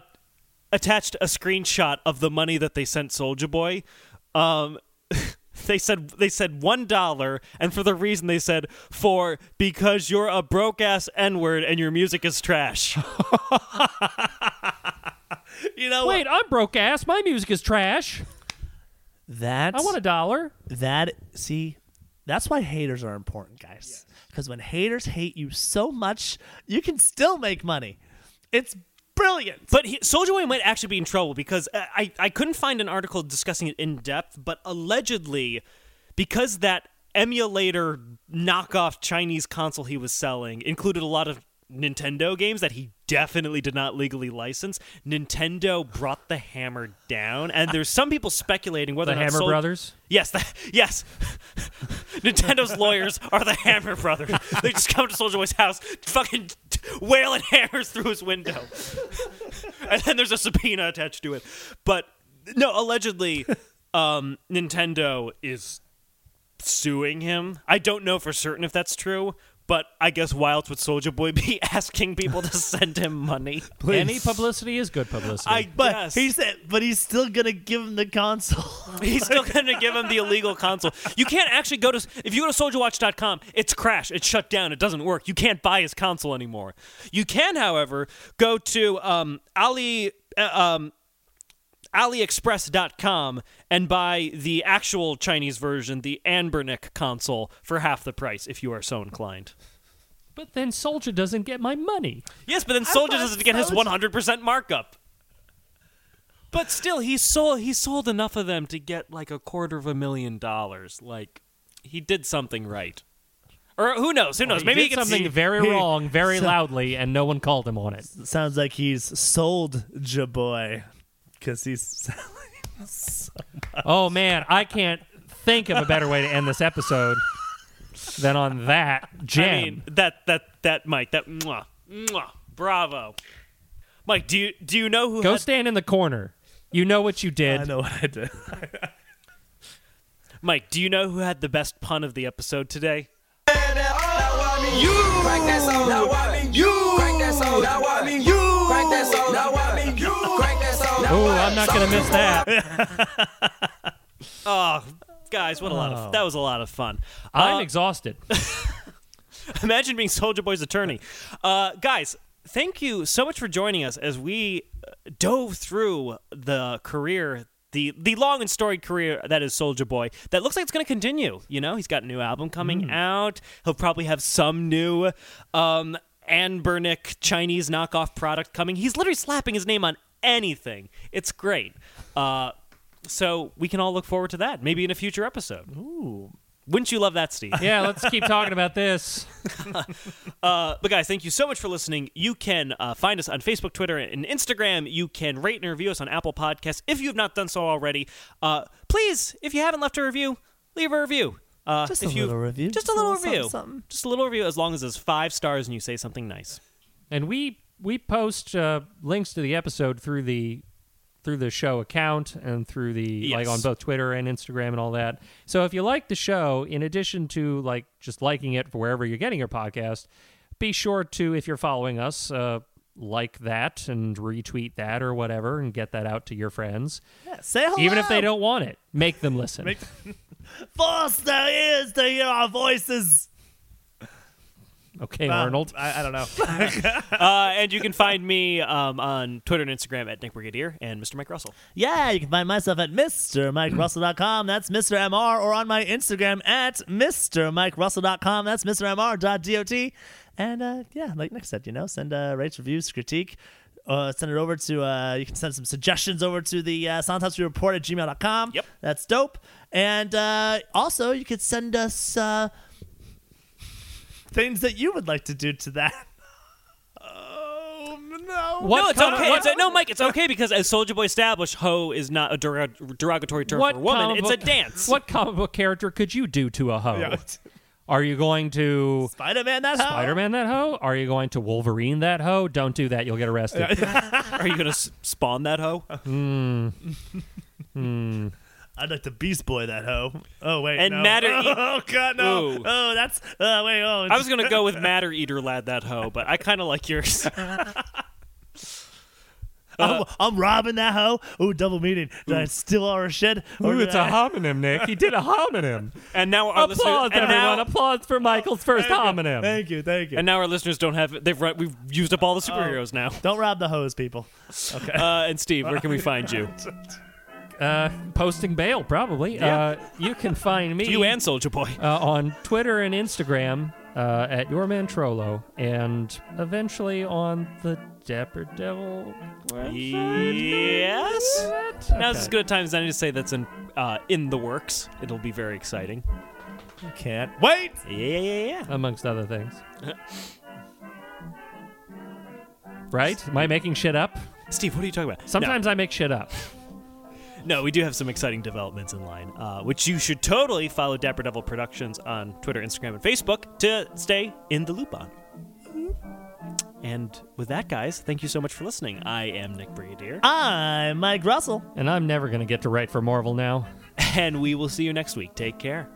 Speaker 3: attached a screenshot of the money that they sent Soldier Boy. Um, they said they said one dollar, and for the reason they said for because you're a broke ass n word and your music is trash.
Speaker 4: You know
Speaker 2: Wait, I'm broke ass. My music is trash.
Speaker 4: That
Speaker 2: I want a dollar.
Speaker 4: that see That's why haters are important, guys. Because when haters hate you so much, you can still make money. It's brilliant.
Speaker 3: But he, Soldier Boy might actually be in trouble because uh, I I couldn't find an article discussing it in depth, but allegedly, because that emulator knockoff Chinese console he was selling included a lot of Nintendo games that he definitely did not legally license. Nintendo brought the hammer down, and there's some people speculating whether
Speaker 2: The
Speaker 3: or not
Speaker 2: Hammer
Speaker 3: Sol-
Speaker 2: Brothers?
Speaker 3: Yes, the, yes. Nintendo's lawyers are the Hammer Brothers. They just come to Soldier Boy's house, fucking wailing hammers through his window, and then there's a subpoena attached to it. But no, allegedly, um, Nintendo is suing him. I don't know for certain if that's true. But I guess why else would Soldier Boy be asking people to send him money?
Speaker 2: Any publicity is good publicity.
Speaker 3: I
Speaker 4: But
Speaker 3: guess.
Speaker 4: he's but he's still gonna give him the console.
Speaker 3: He's still going to give him the illegal console. You can't actually go to if you go to soldierwatch.com, it's crashed, it's shut down, it doesn't work. You can't buy his console anymore. You can, however, go to um, Ali uh, um, AliExpress.com and buy the actual Chinese version, the Anbernic console, for half the price if you are so inclined.
Speaker 2: but then Soldier doesn't get my money.
Speaker 3: Yes, but then Soldier
Speaker 2: thought
Speaker 3: doesn't get his
Speaker 2: Soldier-
Speaker 3: one hundred percent markup. But still, he sold he sold enough of them to get like a quarter of a million dollars. Like he did something right, or who knows? Who knows?
Speaker 2: He
Speaker 3: Maybe
Speaker 2: did
Speaker 3: he can
Speaker 2: something
Speaker 3: see-
Speaker 2: very wrong, very loudly, and no one called him on it.
Speaker 4: Sounds like he's sold Jaboy because he's selling so much.
Speaker 2: Oh man, I can't think of a better way to end this episode than on that gem.
Speaker 3: I mean, that that that Mike, that mwah, mwah, bravo, Mike. Do you do you know who?
Speaker 2: Go
Speaker 3: had-
Speaker 2: stand in the corner. You know what you did.
Speaker 4: I know what I did.
Speaker 3: Mike, do you know who had the best pun of the episode today?
Speaker 11: You crank that soul. Now I mean you crank that soul. Now I mean you crank that soul. Now I mean you crank that soul.
Speaker 2: Ooh, I'm not gonna miss that.
Speaker 3: Oh, guys, what a lot
Speaker 4: Oh.
Speaker 3: of that was a lot of fun.
Speaker 2: I'm
Speaker 3: Uh,
Speaker 2: exhausted.
Speaker 3: Imagine being Soldier Boy's attorney. Uh, guys, thank you so much for joining us as we uh, dove through the career. The, the long and storied career that is Soldier Boy that looks like it's going to continue. You know, he's got a new album coming out. He'll probably have some new um, Ann Bernick Chinese knockoff product coming. He's literally slapping his name on anything. It's great. Uh, so we can all look forward to that. Maybe in a future episode.
Speaker 4: Ooh.
Speaker 3: Wouldn't you love that, Steve?
Speaker 2: Yeah, let's keep talking about this.
Speaker 3: Uh, but guys, thank you so much for listening. You can uh, find us on Facebook, Twitter, and Instagram. You can rate and review us on Apple Podcasts if you have not done so already. Uh, please, if you haven't left a review, leave a review. Uh,
Speaker 4: Just
Speaker 3: if
Speaker 4: a
Speaker 3: you-
Speaker 4: little review.
Speaker 3: Just,
Speaker 4: Just
Speaker 3: a
Speaker 4: a
Speaker 3: little,
Speaker 4: little
Speaker 3: review.
Speaker 4: something, something.
Speaker 3: Just a little review, as long as it's five stars and you say something nice.
Speaker 2: And we we post uh, links to the episode through the through the show account and through the like
Speaker 3: Yes.
Speaker 2: on both Twitter and Instagram and all that. So if you like the show, in addition to like just liking it for wherever you're getting your podcast, be sure to if you're following us, uh, like that and retweet that or whatever, and get that out to your friends.
Speaker 4: Say hello.
Speaker 2: Even if they don't want it, make them listen.
Speaker 4: force their ears to hear our voices.
Speaker 2: okay,
Speaker 4: Uh,
Speaker 2: Arnold.
Speaker 4: I, I don't know.
Speaker 3: uh, and you can find me um, on Twitter and Instagram at Nick Brigadier and Mr. Mike Russell.
Speaker 4: Yeah, you can find myself at MrMikeRussell.com. That's Mr. MR. Or on my Instagram at MrMikeRussell.com. That's MrMR.dot. And uh, yeah, like Nick said, you know, send uh, rates, reviews, critique. Uh, send it over to, uh, you can send some suggestions over to the uh, Soundtopsy Report at gmail.com. Yep. That's dope. And uh, also, you could send us uh, things that you would like to do to that. oh, no.
Speaker 3: no, it's okay. It's a- no, Mike, it's okay because as Soldier Boy established, ho is not a derog- derogatory term for woman.
Speaker 2: comic
Speaker 3: It's a
Speaker 2: book-
Speaker 3: dance.
Speaker 2: What comic book character could you do to a hoe?
Speaker 3: Yeah.
Speaker 2: Are you going to
Speaker 4: Spider Man that hoe?
Speaker 2: Spider Man that hoe? Are you going to Wolverine that hoe? Don't do that. You'll get arrested.
Speaker 3: Are you gonna s- spawn that hoe?
Speaker 2: Hmm. Hmm.
Speaker 4: I'd like to Beast Boy that hoe. Oh wait,
Speaker 3: And
Speaker 4: no.
Speaker 3: Matter
Speaker 4: Oh,
Speaker 3: Eat-
Speaker 4: god, no.
Speaker 3: Ooh.
Speaker 4: Oh, that's. Oh wait, oh.
Speaker 3: I was gonna go with Matter Eater Lad that hoe, but I kind of like yours.
Speaker 4: I'm,
Speaker 3: uh,
Speaker 4: Oh, I'm robbing that hoe. Ooh, double meaning. Did I steal all her shit? Or
Speaker 2: Ooh,
Speaker 4: did
Speaker 2: it's a
Speaker 4: I-
Speaker 2: homonym, Nick. He did a homonym.
Speaker 3: And now our listeners,
Speaker 2: applause,
Speaker 3: and
Speaker 2: everyone.
Speaker 3: now,
Speaker 2: applause for Michael's first homonym.
Speaker 4: Thank you, thank you.
Speaker 3: and now our listeners don't have. They've run, we've used up all
Speaker 2: Oh.
Speaker 3: the superheroes now.
Speaker 4: Don't rob the hoes, people. Okay.
Speaker 3: Uh, and Steve, where can we find you?
Speaker 2: uh, posting bail, probably. Uh, you can find me.
Speaker 3: You and Soldier Boy.
Speaker 2: Uh, on Twitter and Instagram uh, at Your Man Trollo, and eventually on the Dapper Devil.
Speaker 3: Yes. Now's as
Speaker 2: Okay.
Speaker 3: good a time as any to say that's in uh, in the works. It'll be very exciting.
Speaker 4: Can't wait.
Speaker 3: Yeah, yeah, yeah, yeah.
Speaker 2: Amongst other things. Right? Am I making shit up?
Speaker 3: Steve, what are you talking about?
Speaker 2: Sometimes I make shit up.
Speaker 3: No, we do have some exciting developments in line, uh, which you should totally follow Dapper Devil Productions on Twitter, Instagram, and Facebook to stay in the loop on.
Speaker 4: Mm-hmm.
Speaker 3: And with that, guys, thank you so much for listening. I am Nick Brigadier,
Speaker 4: I'm Mike Russell.
Speaker 2: And I'm never going to get to write for Marvel now.
Speaker 3: and we will see you next week. Take care.